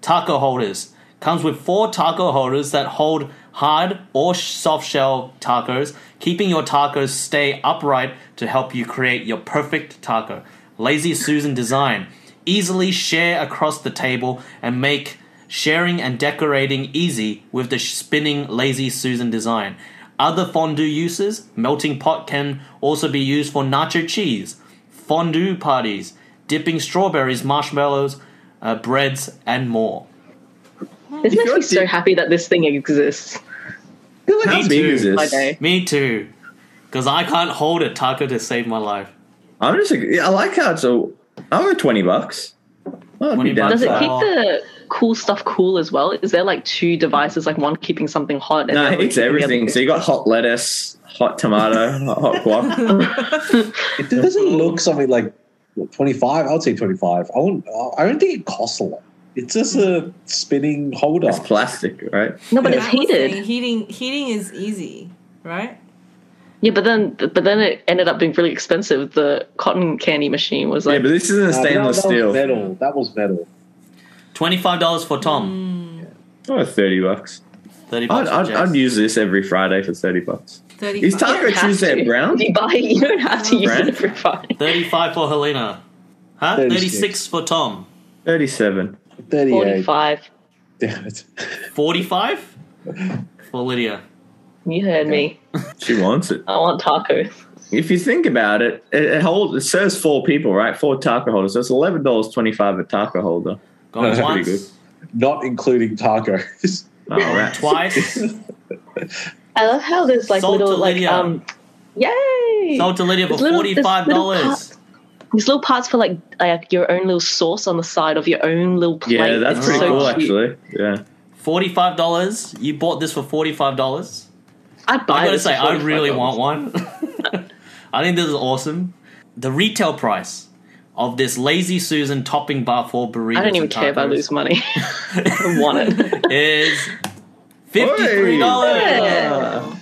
[SPEAKER 2] Taco holders comes with four taco holders that hold hard or sh- soft shell tacos, keeping your tacos stay upright to help you create your perfect taco. Lazy Susan design easily share across the table and make sharing and decorating easy with the spinning Lazy Susan design. Other fondue uses melting pot can also be used for nacho cheese, fondue parties, dipping strawberries, marshmallows, uh, breads, and more.
[SPEAKER 7] This makes
[SPEAKER 3] you're
[SPEAKER 7] me so
[SPEAKER 3] deep-
[SPEAKER 7] happy that this thing exists.
[SPEAKER 3] How
[SPEAKER 2] Me
[SPEAKER 3] big
[SPEAKER 2] too.
[SPEAKER 3] is
[SPEAKER 7] My
[SPEAKER 3] this?
[SPEAKER 7] day.
[SPEAKER 2] Me too, because I can't hold a taco to save my life.
[SPEAKER 3] I'm just. I like how it's a. I'll go twenty bucks. I'd
[SPEAKER 2] 20
[SPEAKER 3] be down
[SPEAKER 2] bucks.
[SPEAKER 7] Does it
[SPEAKER 3] for that.
[SPEAKER 7] keep
[SPEAKER 2] Wow.
[SPEAKER 7] the cool stuff cool as well? Is there like two devices, like one keeping something hot and
[SPEAKER 3] No,
[SPEAKER 7] the other
[SPEAKER 3] it's
[SPEAKER 7] keeping the other
[SPEAKER 3] everything. So you got hot lettuce, hot tomato, hot guac.
[SPEAKER 4] It doesn't look something like twenty five. I would say twenty five. I won't. I don't think it costs a lot. It's just a spinning holder.
[SPEAKER 3] It's plastic, right?
[SPEAKER 7] No, but
[SPEAKER 5] Yeah,
[SPEAKER 7] it's
[SPEAKER 5] that was
[SPEAKER 7] heated.
[SPEAKER 5] saying Heating heating is easy, right?
[SPEAKER 7] Yeah, but then but then it ended up being really expensive. The cotton candy machine was
[SPEAKER 3] Yeah,
[SPEAKER 7] like
[SPEAKER 3] but this isn't a
[SPEAKER 4] uh, No, but that-
[SPEAKER 3] stainless
[SPEAKER 4] that was
[SPEAKER 3] steel.
[SPEAKER 4] metal. That was metal.
[SPEAKER 2] Twenty-five dollars for Tom,
[SPEAKER 3] Oh, 30 bucks.
[SPEAKER 2] thirty
[SPEAKER 3] I'd,
[SPEAKER 2] bucks for
[SPEAKER 3] I'd,
[SPEAKER 2] Jess.
[SPEAKER 3] I'd use this every Friday for 30 bucks.
[SPEAKER 5] Thirty.
[SPEAKER 3] Is Taco
[SPEAKER 7] have
[SPEAKER 3] Tuesday
[SPEAKER 7] to.
[SPEAKER 3] brown? Oh,
[SPEAKER 7] If you buy it, [laughs] you don't have to use
[SPEAKER 3] Brand?
[SPEAKER 7] it for fun.
[SPEAKER 2] Thirty-five for Helena. Huh? Thirty-six,
[SPEAKER 4] Thirty-six.
[SPEAKER 2] for Tom.
[SPEAKER 3] 37.
[SPEAKER 4] Thirty eight.
[SPEAKER 7] Forty-five.
[SPEAKER 4] Damn it. [laughs]
[SPEAKER 2] Forty-five for Lydia.
[SPEAKER 7] You heard me.
[SPEAKER 3] She wants it.
[SPEAKER 7] I want tacos.
[SPEAKER 3] If you think about it, it, it, hold, it serves four people, right? Four taco holders. So it's $11.25 a taco holder.
[SPEAKER 2] Gone
[SPEAKER 4] That's
[SPEAKER 2] once,
[SPEAKER 3] pretty
[SPEAKER 4] Not including tacos.
[SPEAKER 3] All right.
[SPEAKER 2] twice.
[SPEAKER 7] I love how there's like
[SPEAKER 2] Sold to
[SPEAKER 7] little like
[SPEAKER 2] Lydia.
[SPEAKER 7] um, yay!
[SPEAKER 2] Sold to Lydia for
[SPEAKER 7] This little- this little
[SPEAKER 2] forty-five dollars.
[SPEAKER 7] These little parts for like like your own little sauce on the side of your own little plate.
[SPEAKER 3] Yeah, that's
[SPEAKER 7] It's
[SPEAKER 3] pretty
[SPEAKER 7] so
[SPEAKER 3] cool,
[SPEAKER 7] cute.
[SPEAKER 3] actually. Yeah.
[SPEAKER 2] Forty-five dollars. You bought this for forty-five dollars.
[SPEAKER 7] I'd
[SPEAKER 2] I
[SPEAKER 7] buy
[SPEAKER 2] gotta
[SPEAKER 7] this for
[SPEAKER 2] say, I really
[SPEAKER 7] $45.
[SPEAKER 2] want one. [laughs] I think this is awesome. The retail price of this Lazy Susan topping bar for burritos.
[SPEAKER 7] I don't even
[SPEAKER 2] and
[SPEAKER 7] care if I
[SPEAKER 2] tacos
[SPEAKER 7] lose money.
[SPEAKER 2] [laughs]
[SPEAKER 7] [laughs] I want it.
[SPEAKER 2] Is fifty-three dollars.
[SPEAKER 7] Yeah.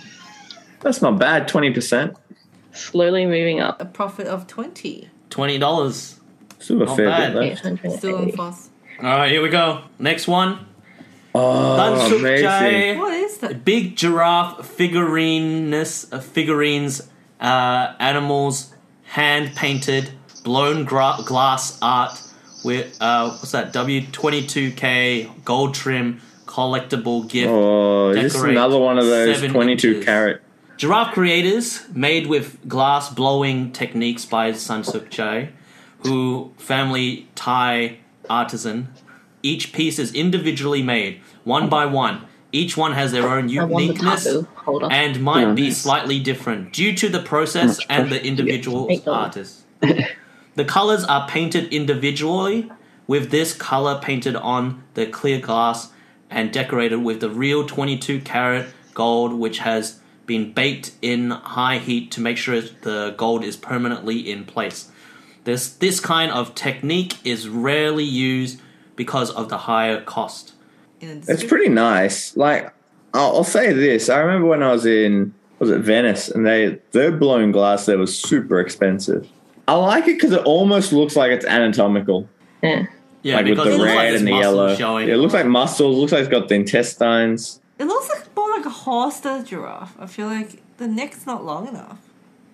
[SPEAKER 3] That's not bad. 20%.
[SPEAKER 7] Slowly moving up.
[SPEAKER 5] A profit of twenty.
[SPEAKER 2] Twenty dollars.
[SPEAKER 3] Still a
[SPEAKER 2] Not
[SPEAKER 3] fair
[SPEAKER 2] bad.
[SPEAKER 3] bit left.
[SPEAKER 7] 880.
[SPEAKER 5] Still on fast.
[SPEAKER 2] All right, here we go. Next one.
[SPEAKER 3] Oh,
[SPEAKER 2] Dansuk
[SPEAKER 3] amazing.
[SPEAKER 2] Jai.
[SPEAKER 5] What is that?
[SPEAKER 2] big giraffe figurines, uh, figurines, uh, animals, hand painted, blown gra- glass art with uh, what's that? W twenty two K gold trim collectible gift.
[SPEAKER 3] Oh, is this
[SPEAKER 2] Decorate
[SPEAKER 3] another one of those
[SPEAKER 2] seven
[SPEAKER 3] 22
[SPEAKER 2] inches.
[SPEAKER 3] carat?
[SPEAKER 2] Giraffe creators made with glass blowing techniques by Sansuk Chai, who family Thai artisan. Each piece is individually made, one by one. Each one has their own
[SPEAKER 7] I want the
[SPEAKER 2] uniqueness
[SPEAKER 7] taco. Hold on.
[SPEAKER 2] and might
[SPEAKER 3] Yeah.
[SPEAKER 2] be slightly different due to the process and the individual
[SPEAKER 7] Make those.
[SPEAKER 2] artist. the colors are painted individually, with this color painted on the clear glass and decorated with the real 22 karat gold, which has been baked in high heat to make sure the gold is permanently in place. This this kind of technique is rarely used because of the higher cost.
[SPEAKER 5] In a
[SPEAKER 3] It's
[SPEAKER 5] description?
[SPEAKER 3] pretty nice. Like I'll, I'll say this: I remember when I was in was it Venice, and they their blown glass there was super expensive. I like it because it almost looks like it's anatomical,
[SPEAKER 7] Yeah.
[SPEAKER 2] Yeah,
[SPEAKER 3] like with
[SPEAKER 2] because
[SPEAKER 3] the
[SPEAKER 2] it looks
[SPEAKER 3] red
[SPEAKER 2] like this
[SPEAKER 3] and the
[SPEAKER 2] muscle
[SPEAKER 3] yellow.
[SPEAKER 2] showing.
[SPEAKER 3] Yeah, it looks like muscles. Looks like it's got the intestines.
[SPEAKER 5] It looks like more like a horse than a giraffe. I feel like the neck's not long enough.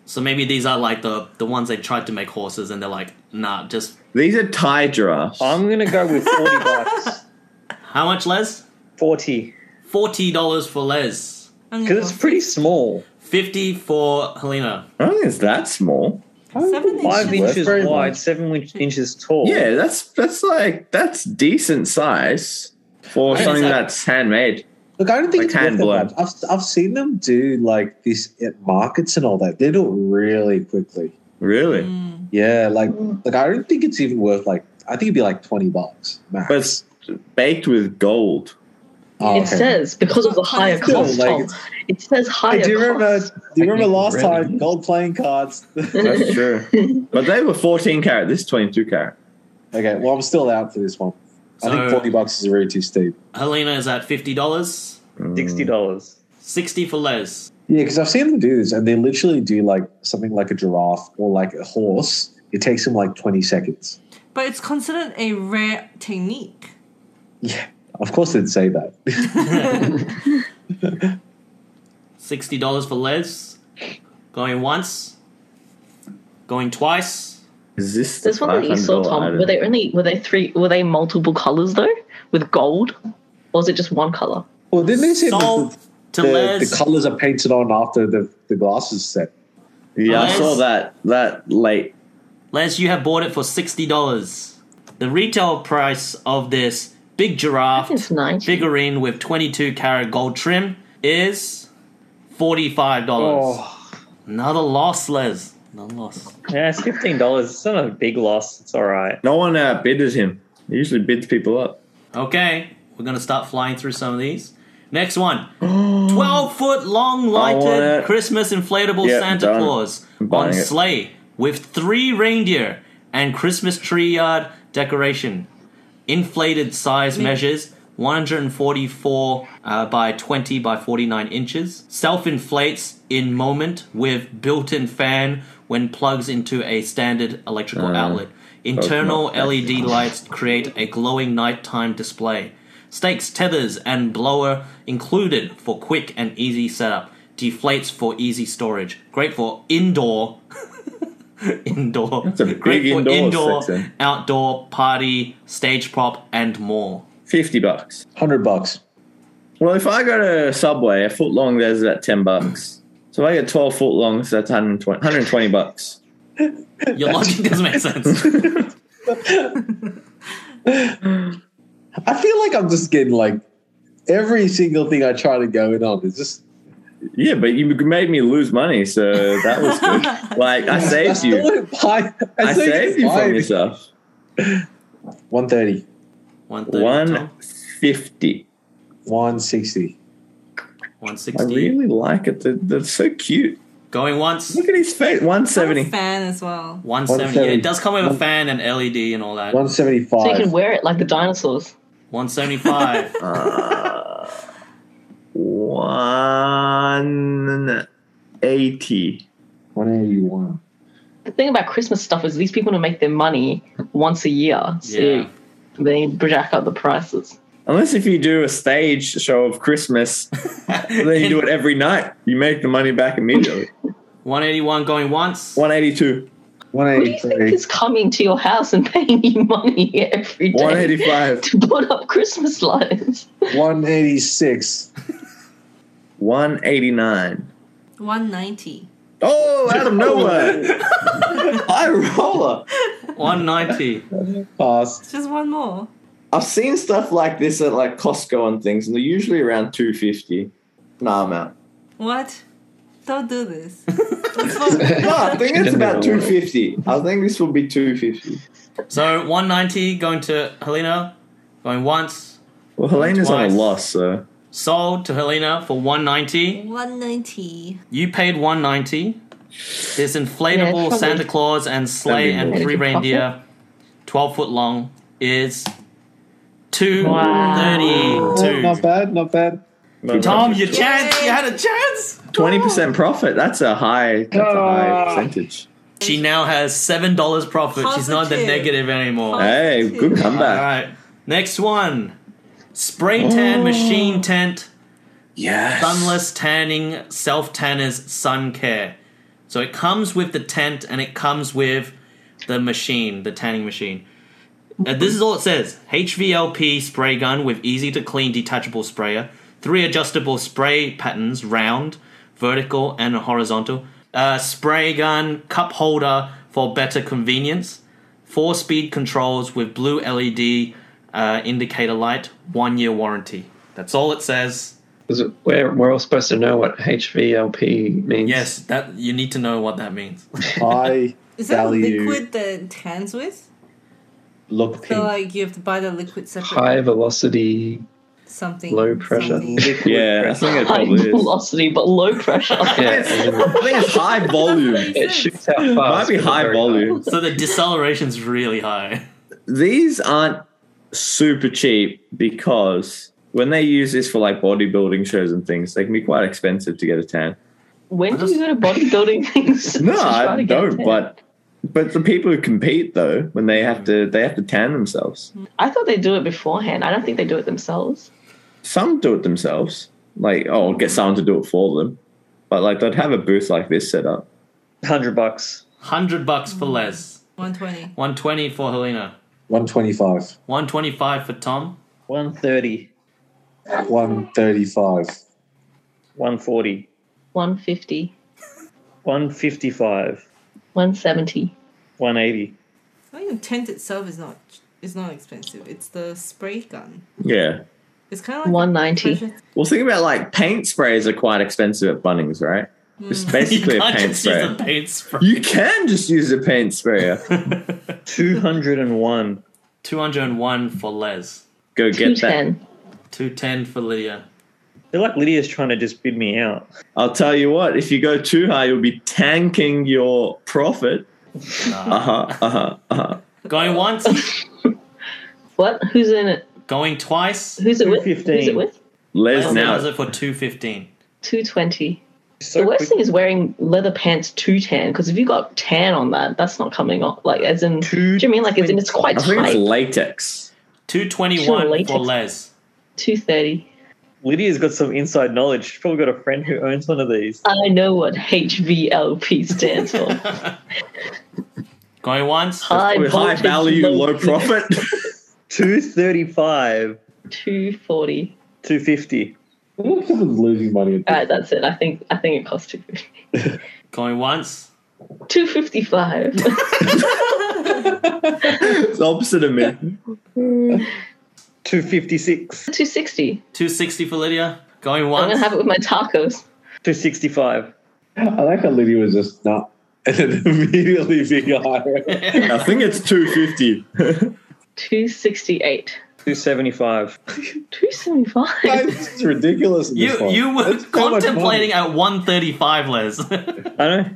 [SPEAKER 2] So maybe these are like the the ones they tried to make horses, and they're like, nah, just
[SPEAKER 3] These are Thai giraffes.
[SPEAKER 9] I'm gonna go with [laughs] forty bucks.
[SPEAKER 2] how much, Les?
[SPEAKER 1] 40.
[SPEAKER 2] Forty dollars for Les,
[SPEAKER 5] I'm gonna
[SPEAKER 1] Because
[SPEAKER 5] go
[SPEAKER 1] it's pretty small.
[SPEAKER 2] fifty for Helena.
[SPEAKER 3] I don't think it's that small.
[SPEAKER 5] Seven
[SPEAKER 1] Five
[SPEAKER 5] inches.
[SPEAKER 1] inches
[SPEAKER 9] Very
[SPEAKER 1] wide,
[SPEAKER 9] nice.
[SPEAKER 1] seven win- inches tall.
[SPEAKER 3] Yeah, that's that's like that's decent size for
[SPEAKER 2] think
[SPEAKER 3] something
[SPEAKER 2] it's like-
[SPEAKER 3] that's handmade.
[SPEAKER 4] [laughs] Look, I don't think
[SPEAKER 3] Like
[SPEAKER 4] it's worth
[SPEAKER 3] hand
[SPEAKER 4] that
[SPEAKER 3] blown.
[SPEAKER 4] much. I've, I've seen them do like this at markets and all that. They do it really quickly.
[SPEAKER 3] Really,
[SPEAKER 5] Mm.
[SPEAKER 4] Yeah, like like I don't think it's even worth like I think it'd be like twenty bucks max.
[SPEAKER 3] but it's baked with gold.
[SPEAKER 4] Oh,
[SPEAKER 7] It says because of the higher
[SPEAKER 5] Still,
[SPEAKER 7] cost.
[SPEAKER 4] like,
[SPEAKER 7] Tom.
[SPEAKER 4] it's-
[SPEAKER 7] it says higher
[SPEAKER 4] Hey, do you remember?
[SPEAKER 7] cost.
[SPEAKER 4] Do you remember
[SPEAKER 9] Technically,
[SPEAKER 4] last
[SPEAKER 9] really.
[SPEAKER 4] time gold playing cards?
[SPEAKER 7] [laughs]
[SPEAKER 3] That's true. but they were 14 carat. This is 22 carat.
[SPEAKER 4] okay, well I'm still out for this one. I
[SPEAKER 2] So-
[SPEAKER 4] think forty bucks is really too steep.
[SPEAKER 3] Mm.
[SPEAKER 2] Helena is at fifty dollars.
[SPEAKER 1] $60.
[SPEAKER 2] 60 for
[SPEAKER 4] [laughs]
[SPEAKER 2] Les.
[SPEAKER 4] Yeah, because I've seen them do this, and they literally do like something like a giraffe or like a horse. It takes them like twenty seconds.
[SPEAKER 5] [laughs] But it's considered a rare
[SPEAKER 6] [laughs]
[SPEAKER 5] technique. [laughs]
[SPEAKER 4] Yeah, of course they'd say that. [laughs]
[SPEAKER 2] $60 for Les. Going once. Going twice.
[SPEAKER 3] Is this
[SPEAKER 7] There's one that you saw,
[SPEAKER 3] $500
[SPEAKER 7] Tom.
[SPEAKER 3] item?
[SPEAKER 7] Were they only were they three were they multiple colors though? With gold? Or was it just one color?
[SPEAKER 4] Well, didn't they say that
[SPEAKER 2] Sold
[SPEAKER 4] the,
[SPEAKER 2] to
[SPEAKER 4] the,
[SPEAKER 2] Les.
[SPEAKER 4] the colors are painted on after the, the glasses set?
[SPEAKER 3] Yeah, I
[SPEAKER 2] Yes.
[SPEAKER 3] saw that that late.
[SPEAKER 2] Les, you have bought it for $60. The retail price of this big giraffe
[SPEAKER 7] It's nice.
[SPEAKER 2] figurine with 22 karat gold trim is $45.
[SPEAKER 3] Oh.
[SPEAKER 2] Another loss, Les. Another loss.
[SPEAKER 9] Yeah, it's fifteen dollars. It's not a big loss. It's all right.
[SPEAKER 3] No one uh, bidded him. He usually bids people up.
[SPEAKER 2] Okay, we're gonna start flying through some of these.
[SPEAKER 3] [gasps]
[SPEAKER 2] Next one 12 foot long
[SPEAKER 3] want
[SPEAKER 2] lighted
[SPEAKER 3] it.
[SPEAKER 2] Christmas inflatable
[SPEAKER 3] Yeah,
[SPEAKER 2] Santa
[SPEAKER 3] done.
[SPEAKER 2] Claus
[SPEAKER 3] I'm
[SPEAKER 2] on
[SPEAKER 3] buying it.
[SPEAKER 2] sleigh with three reindeer and Christmas tree yard decoration. Inflated size measures 144 uh, by 20 by 49 inches. Self inflates in moment with built in fan when plugs into a standard electrical outlet. Internal
[SPEAKER 3] not that
[SPEAKER 2] LED lights create a glowing nighttime display. Stakes, tethers, and blower included for quick and easy setup. Deflates for easy storage. Great for indoor. indoor.
[SPEAKER 3] a big
[SPEAKER 2] Great for
[SPEAKER 3] indoor
[SPEAKER 2] indoor,
[SPEAKER 3] section.
[SPEAKER 2] outdoor, party, stage prop, and more.
[SPEAKER 3] Fifty bucks.
[SPEAKER 4] Hundred bucks.
[SPEAKER 3] Well, if I go to Subway, a foot long, there's about ten bucks. So if I get twelve foot longs, that's 120, 120 bucks. [laughs]
[SPEAKER 2] Your logic doesn't make sense.
[SPEAKER 4] I feel like I'm just getting like every single thing I try to go in on is just
[SPEAKER 3] Yeah, but you made me lose money, so that was good.
[SPEAKER 4] [laughs]
[SPEAKER 3] like I saved
[SPEAKER 4] still
[SPEAKER 3] you.
[SPEAKER 4] didn't buy-
[SPEAKER 3] I
[SPEAKER 4] still
[SPEAKER 3] saved
[SPEAKER 4] didn't
[SPEAKER 3] you
[SPEAKER 4] buy
[SPEAKER 3] from
[SPEAKER 4] anything.
[SPEAKER 3] yourself.
[SPEAKER 4] 130,
[SPEAKER 3] [laughs] One fifty.
[SPEAKER 4] 160.
[SPEAKER 3] I
[SPEAKER 2] 160.
[SPEAKER 3] really like it. They're, they're so cute.
[SPEAKER 2] Going once.
[SPEAKER 3] Look at his face. One
[SPEAKER 5] I'm a [laughs]
[SPEAKER 3] seventy.
[SPEAKER 5] fan as well.
[SPEAKER 2] 170. Yeah, it
[SPEAKER 4] 170.
[SPEAKER 2] does come with a fan and LED and all that.
[SPEAKER 4] 175.
[SPEAKER 7] So you can wear it like the dinosaurs.
[SPEAKER 3] [laughs]
[SPEAKER 5] [laughs]
[SPEAKER 2] 175.
[SPEAKER 3] One eighty.
[SPEAKER 4] 181.
[SPEAKER 7] The thing about Christmas stuff is these people want to make their money once a year. So
[SPEAKER 2] yeah.
[SPEAKER 7] they jack up the prices.
[SPEAKER 3] Unless if you do a stage show of Christmas, then you do it every night. You make the money back immediately.
[SPEAKER 2] 181 going once.
[SPEAKER 3] One eighty two.
[SPEAKER 7] Who do you think
[SPEAKER 4] 183.
[SPEAKER 7] is coming to your house and [laughs] paying you money every day
[SPEAKER 3] One eighty five.
[SPEAKER 7] to put up Christmas lights?
[SPEAKER 4] 186.
[SPEAKER 3] One eighty nine.
[SPEAKER 5] 190.
[SPEAKER 3] [laughs] Oh, out of nowhere! High roller.
[SPEAKER 2] 190.
[SPEAKER 4] Pass.
[SPEAKER 5] Just one more.
[SPEAKER 3] I've seen stuff like this at like Costco and things, and they're usually around two fifty. Nah, I'm [laughs] out.
[SPEAKER 5] What? Don't do this. That's what-
[SPEAKER 3] No, I think it's about two fifty. I think this will be two fifty.
[SPEAKER 2] [laughs] So 190 going to Helena, going once.
[SPEAKER 3] Well, Helena's
[SPEAKER 2] Twice.
[SPEAKER 3] on a loss, so
[SPEAKER 2] Sold to Helena for 190.
[SPEAKER 5] 190.
[SPEAKER 2] You paid 190. This inflatable
[SPEAKER 7] probably.
[SPEAKER 2] Santa Claus and sleigh and
[SPEAKER 3] That'd
[SPEAKER 7] be
[SPEAKER 2] three
[SPEAKER 7] more.
[SPEAKER 2] reindeer, 12 foot long, is
[SPEAKER 4] Not
[SPEAKER 2] 232.
[SPEAKER 4] bad, not bad.
[SPEAKER 2] Tom, your chance. You had a chance.
[SPEAKER 3] twenty percent profit. That's a high. That's a high
[SPEAKER 9] Ah.
[SPEAKER 3] percentage.
[SPEAKER 2] She now has seven dollars profit. She's not in the
[SPEAKER 5] Positive.
[SPEAKER 2] negative anymore.
[SPEAKER 3] Hey, good
[SPEAKER 2] All
[SPEAKER 3] comeback.
[SPEAKER 2] right, next one: spray tan machine tent,
[SPEAKER 3] Yes.
[SPEAKER 2] sunless tanning, self tanners, sun care. So it comes with the tent and it comes with the machine, the tanning machine. Uh, this is all it says: HVLP spray gun with easy to clean detachable sprayer, three adjustable spray patterns, round, vertical, and horizontal. Uh, spray gun cup holder for better convenience. Four speed controls with blue LED uh, indicator light. One year warranty. That's all it says.
[SPEAKER 6] Is it, we're, we're all supposed to know what HVLP means.
[SPEAKER 2] Yes, that you need to know what that means.
[SPEAKER 3] [laughs]
[SPEAKER 4] I
[SPEAKER 5] Is that
[SPEAKER 4] Value.
[SPEAKER 5] the liquid that tans with?
[SPEAKER 4] look
[SPEAKER 2] uh,
[SPEAKER 5] So,
[SPEAKER 4] pink.
[SPEAKER 5] like, you have to buy the liquid separate.
[SPEAKER 6] High velocity.
[SPEAKER 5] Something.
[SPEAKER 6] low pressure.
[SPEAKER 5] something.
[SPEAKER 4] Ah.
[SPEAKER 3] Yeah, I think it
[SPEAKER 7] High
[SPEAKER 3] probably
[SPEAKER 7] [laughs]
[SPEAKER 3] is.
[SPEAKER 7] velocity but low pressure.
[SPEAKER 6] [laughs] Yeah, I mean,
[SPEAKER 3] I think it's high volume.
[SPEAKER 6] it shoots out fast.
[SPEAKER 3] Might be
[SPEAKER 6] but
[SPEAKER 3] high
[SPEAKER 6] very
[SPEAKER 3] volume.
[SPEAKER 2] so the deceleration's really high.
[SPEAKER 3] These aren't super cheap because when they use this for like bodybuilding shows and things, they can be quite expensive to get a tan.
[SPEAKER 7] When do you go to
[SPEAKER 3] [laughs]
[SPEAKER 7] bodybuilding things?
[SPEAKER 3] No,
[SPEAKER 7] to try
[SPEAKER 3] I
[SPEAKER 7] to get
[SPEAKER 3] don't.
[SPEAKER 7] tan?
[SPEAKER 3] But but the people who compete though, when they have to they have to tan themselves.
[SPEAKER 7] I thought they do it beforehand. I don't think they do it themselves.
[SPEAKER 3] Some do it themselves. Like oh, get someone to do it for them. But like they'd have a booth like this set up.
[SPEAKER 9] Hundred bucks.
[SPEAKER 2] Hundred bucks for Les.
[SPEAKER 5] 120.
[SPEAKER 2] One twenty for Helena.
[SPEAKER 10] 125.
[SPEAKER 2] One twenty five for Tom.
[SPEAKER 9] 130.
[SPEAKER 10] 135.
[SPEAKER 9] 140.
[SPEAKER 7] 150,
[SPEAKER 9] 155.
[SPEAKER 7] 170.
[SPEAKER 9] 180.
[SPEAKER 5] I think the tent itself is not is not expensive. It's the spray gun.
[SPEAKER 3] Yeah.
[SPEAKER 5] It's kind of like
[SPEAKER 7] 190.
[SPEAKER 5] pressure-
[SPEAKER 3] Well, think about like paint sprays are quite expensive at Bunnings, right? It's
[SPEAKER 2] [laughs]
[SPEAKER 3] basically
[SPEAKER 2] Hmm. you
[SPEAKER 3] a
[SPEAKER 2] can't
[SPEAKER 3] paint
[SPEAKER 2] just use
[SPEAKER 3] sprayer.
[SPEAKER 2] a paint spray.
[SPEAKER 3] You can just use a paint
[SPEAKER 2] [laughs]
[SPEAKER 3] sprayer.
[SPEAKER 9] 201.
[SPEAKER 2] Two hundred and one for Les.
[SPEAKER 3] Go get that.
[SPEAKER 7] 210.
[SPEAKER 2] Two ten for Lydia.
[SPEAKER 9] They're like Lydia's trying to just bid me out.
[SPEAKER 3] I'll tell you what, if you go too high, you'll be tanking your profit. Uh huh, uh huh, uh huh.
[SPEAKER 2] Going once,
[SPEAKER 7] What? Who's in it?
[SPEAKER 2] going twice.
[SPEAKER 7] Who's it with? Who's
[SPEAKER 9] 215.
[SPEAKER 7] it with?
[SPEAKER 3] Les
[SPEAKER 2] Les does
[SPEAKER 3] now.
[SPEAKER 2] it for two fifteen.
[SPEAKER 7] 220.
[SPEAKER 9] So
[SPEAKER 7] the worst
[SPEAKER 9] quick.
[SPEAKER 7] thing is wearing leather pants too tan because if you got tan on that, that's not coming off. Like as in, do you mean like as in it's quite
[SPEAKER 3] I think it's
[SPEAKER 7] tight?
[SPEAKER 3] latex.
[SPEAKER 2] Two twenty
[SPEAKER 7] Sure,
[SPEAKER 2] one
[SPEAKER 7] latex.
[SPEAKER 2] for Les.
[SPEAKER 7] 230.
[SPEAKER 9] Lydia's got some inside knowledge. She's probably got a friend who owns one of these.
[SPEAKER 7] I know what HVLP
[SPEAKER 3] [laughs]
[SPEAKER 7] stands for.
[SPEAKER 2] Going once,
[SPEAKER 7] high,
[SPEAKER 3] With high
[SPEAKER 7] voltage,
[SPEAKER 3] value, low
[SPEAKER 2] [laughs]
[SPEAKER 7] [laughs]
[SPEAKER 3] profit.
[SPEAKER 9] 235.
[SPEAKER 7] 240.
[SPEAKER 9] 250.
[SPEAKER 10] I don't think I'm losing money.
[SPEAKER 2] Uh,
[SPEAKER 7] All right, that's it. I think I think it costs 250.
[SPEAKER 2] going once.
[SPEAKER 7] 255.
[SPEAKER 3] it's opposite of me.
[SPEAKER 9] 256.
[SPEAKER 7] 260.
[SPEAKER 2] Two sixty for Lydia. Going
[SPEAKER 7] I'm
[SPEAKER 2] once.
[SPEAKER 7] gonna have it with my tacos.
[SPEAKER 9] 265.
[SPEAKER 10] I like how Lydia was just not [laughs] and then immediately being higher.
[SPEAKER 2] [laughs]
[SPEAKER 3] I think it's 250.
[SPEAKER 7] 268.
[SPEAKER 9] 275.
[SPEAKER 7] 275.
[SPEAKER 10] This is ridiculous. in this
[SPEAKER 2] you
[SPEAKER 10] one.
[SPEAKER 2] you were
[SPEAKER 10] That's so much
[SPEAKER 2] contemplating
[SPEAKER 10] money.
[SPEAKER 2] at one thirty five, Les. [laughs]
[SPEAKER 9] I know.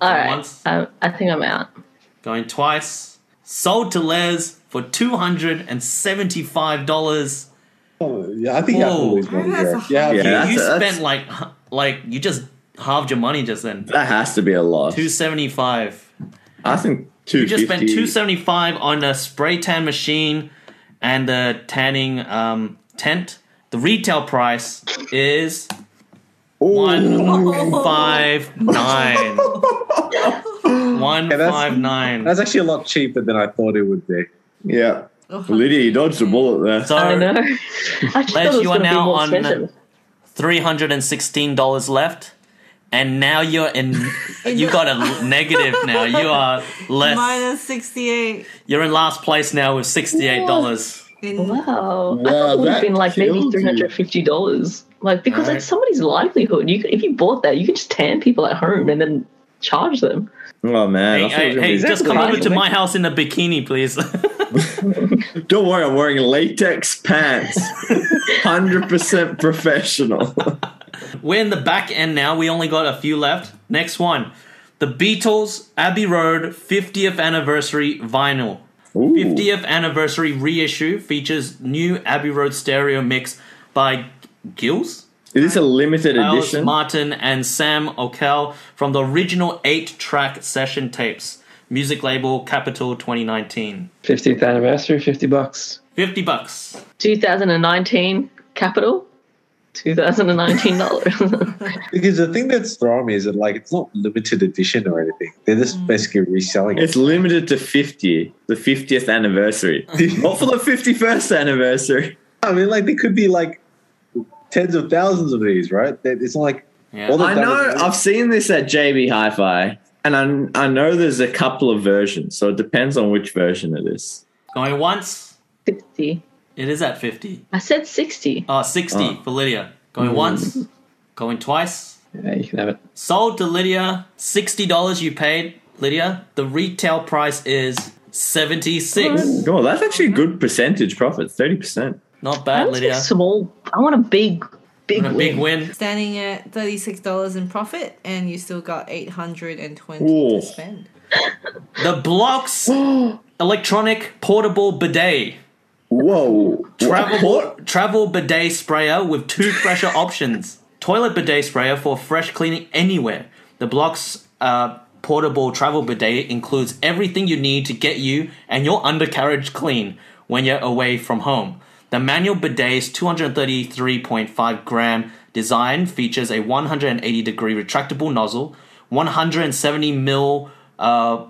[SPEAKER 7] All right.
[SPEAKER 2] Once.
[SPEAKER 7] I, I think I'm out.
[SPEAKER 2] going twice. Sold to Les for two hundred and seventy five dollars.
[SPEAKER 10] Oh, Yeah, I think you have to
[SPEAKER 2] Whoa.
[SPEAKER 10] lose money.
[SPEAKER 5] That's a
[SPEAKER 10] here.
[SPEAKER 5] hard-
[SPEAKER 10] Yeah,
[SPEAKER 3] Yeah.
[SPEAKER 2] you
[SPEAKER 3] that's-
[SPEAKER 2] spent like like you just halved your money just then.
[SPEAKER 3] That has to be a lot.
[SPEAKER 2] Two seventy five.
[SPEAKER 3] I think 250.
[SPEAKER 2] You just spent two seventy five on a spray tan machine and the tanning um, tent. The retail price is
[SPEAKER 3] [laughs]
[SPEAKER 2] one five nine. One
[SPEAKER 10] that's-
[SPEAKER 2] five nine.
[SPEAKER 10] That's actually a lot cheaper than I thought it would be.
[SPEAKER 3] Yeah.
[SPEAKER 5] Oh,
[SPEAKER 3] Lydia, you dodged a bullet there.
[SPEAKER 7] I know.
[SPEAKER 2] Uh-huh.
[SPEAKER 7] [laughs]
[SPEAKER 2] So
[SPEAKER 7] I just
[SPEAKER 2] Les,
[SPEAKER 7] thought it was
[SPEAKER 2] you are
[SPEAKER 7] going to be
[SPEAKER 2] now
[SPEAKER 7] more
[SPEAKER 2] on-
[SPEAKER 7] expensive.
[SPEAKER 2] three hundred and sixteen dollars left, and now you're in.
[SPEAKER 10] [laughs]
[SPEAKER 2] You got a negative now. You are less.
[SPEAKER 5] Minus 68.
[SPEAKER 2] You're in last place now with sixty eight dollars.
[SPEAKER 5] In,
[SPEAKER 7] Wow. I
[SPEAKER 3] Wow,
[SPEAKER 7] thought it would
[SPEAKER 3] that
[SPEAKER 7] have been like maybe
[SPEAKER 3] killed you.
[SPEAKER 7] three hundred fifty dollars. Like because
[SPEAKER 2] Alright.
[SPEAKER 7] it's somebody's livelihood. You could, if you bought that, you could just tan people at home and then charge them.
[SPEAKER 3] Oh, man. I
[SPEAKER 2] Hey,
[SPEAKER 3] thought it
[SPEAKER 2] hey,
[SPEAKER 3] was gonna
[SPEAKER 2] hey,
[SPEAKER 3] be-
[SPEAKER 2] just come over to my house in a bikini, please. [laughs]
[SPEAKER 3] Don't worry, I'm wearing latex
[SPEAKER 2] [laughs]
[SPEAKER 3] pants. 100% professional.
[SPEAKER 2] We're in the back end now. We only got a few left. Next one. The Beatles Abbey Road 50th anniversary vinyl.
[SPEAKER 3] Ooh.
[SPEAKER 2] 50th anniversary reissue features new Abbey Road stereo mix by Gills,
[SPEAKER 3] Is this a limited
[SPEAKER 2] Alice
[SPEAKER 3] edition?
[SPEAKER 2] Martin, and Sam O'Cal from the original eight track session tapes. Music label Capital 2019.
[SPEAKER 6] 15th anniversary, 50 bucks.
[SPEAKER 2] 50 bucks.
[SPEAKER 7] 2019 capital, 2019 dollars. [laughs]
[SPEAKER 10] Because the thing that's throwing me is that like it's not limited edition or anything. They're just
[SPEAKER 2] Mm.
[SPEAKER 10] basically reselling it.
[SPEAKER 3] It's limited to 50, the 50th [laughs] anniversary. Not for the 51st anniversary.
[SPEAKER 10] I mean, like there could be like tens of thousands of these, right? That- It's not like
[SPEAKER 2] Yeah.
[SPEAKER 10] Well, the-
[SPEAKER 3] I know, I've seen this at JB Hi Fi, and I, I know there's a couple of versions, so it depends on which version it is.
[SPEAKER 2] Going once.
[SPEAKER 7] 60.
[SPEAKER 2] It is at 50.
[SPEAKER 7] I said 60.
[SPEAKER 2] Oh, 60
[SPEAKER 3] Oh.
[SPEAKER 2] for Lydia. Going once. Going twice.
[SPEAKER 6] Yeah, you can have it.
[SPEAKER 2] Sold to Lydia. Sixty dollars you paid, Lydia. The retail price is seventy six.
[SPEAKER 3] Oh, that's actually a good percentage profit, 30%.
[SPEAKER 2] Not
[SPEAKER 7] I
[SPEAKER 2] bad,
[SPEAKER 7] want a
[SPEAKER 2] Lydia.
[SPEAKER 7] small. I want a big, big,
[SPEAKER 2] A big
[SPEAKER 7] win.
[SPEAKER 2] win.
[SPEAKER 5] standing at $36 in profit, and you still got 820
[SPEAKER 3] Whoa.
[SPEAKER 5] to spend.
[SPEAKER 2] The Blocks electronic portable bidet.
[SPEAKER 3] Whoa.
[SPEAKER 2] Travel, travel bidet sprayer with two pressure options. Toilet bidet sprayer for fresh cleaning anywhere. The block's uh, portable travel bidet includes everything you need to get you and your undercarriage clean when you're away from home. The manual bidet's 233.5 gram design features a 180 degree retractable nozzle, 170 mil uh,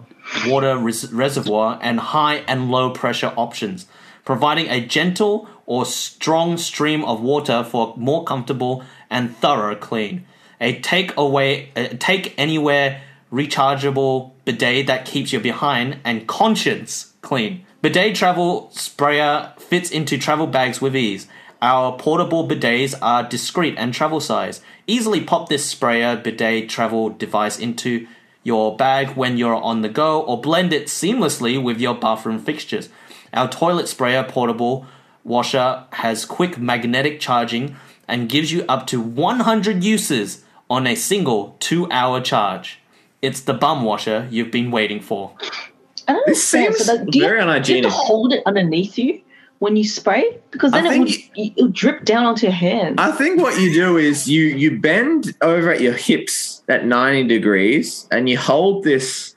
[SPEAKER 2] water res- reservoir, and high and low pressure options providing a gentle or strong stream of water for a more comfortable and thorough clean. A take away, a take anywhere rechargeable bidet that keeps you behind and conscience clean. Bidet travel sprayer fits into travel bags with ease. Our portable bidets are discreet and travel size. Easily pop this sprayer bidet travel device into your bag when you're on the go or blend it seamlessly with your bathroom fixtures. Our toilet sprayer portable washer has quick magnetic charging and gives you up to 100 uses on a single 2-hour charge. It's the bum washer you've been waiting for.
[SPEAKER 8] I don't
[SPEAKER 3] This
[SPEAKER 8] understand.
[SPEAKER 3] seems
[SPEAKER 8] so that, do you,
[SPEAKER 3] very
[SPEAKER 8] do you
[SPEAKER 3] unhygienic.
[SPEAKER 8] have to hold it underneath you when you spray? Because
[SPEAKER 3] I
[SPEAKER 8] then it would,
[SPEAKER 3] think-
[SPEAKER 8] it would drip down onto your hands.
[SPEAKER 3] I think what you do is you you bend over at your hips at 90 degrees and you hold this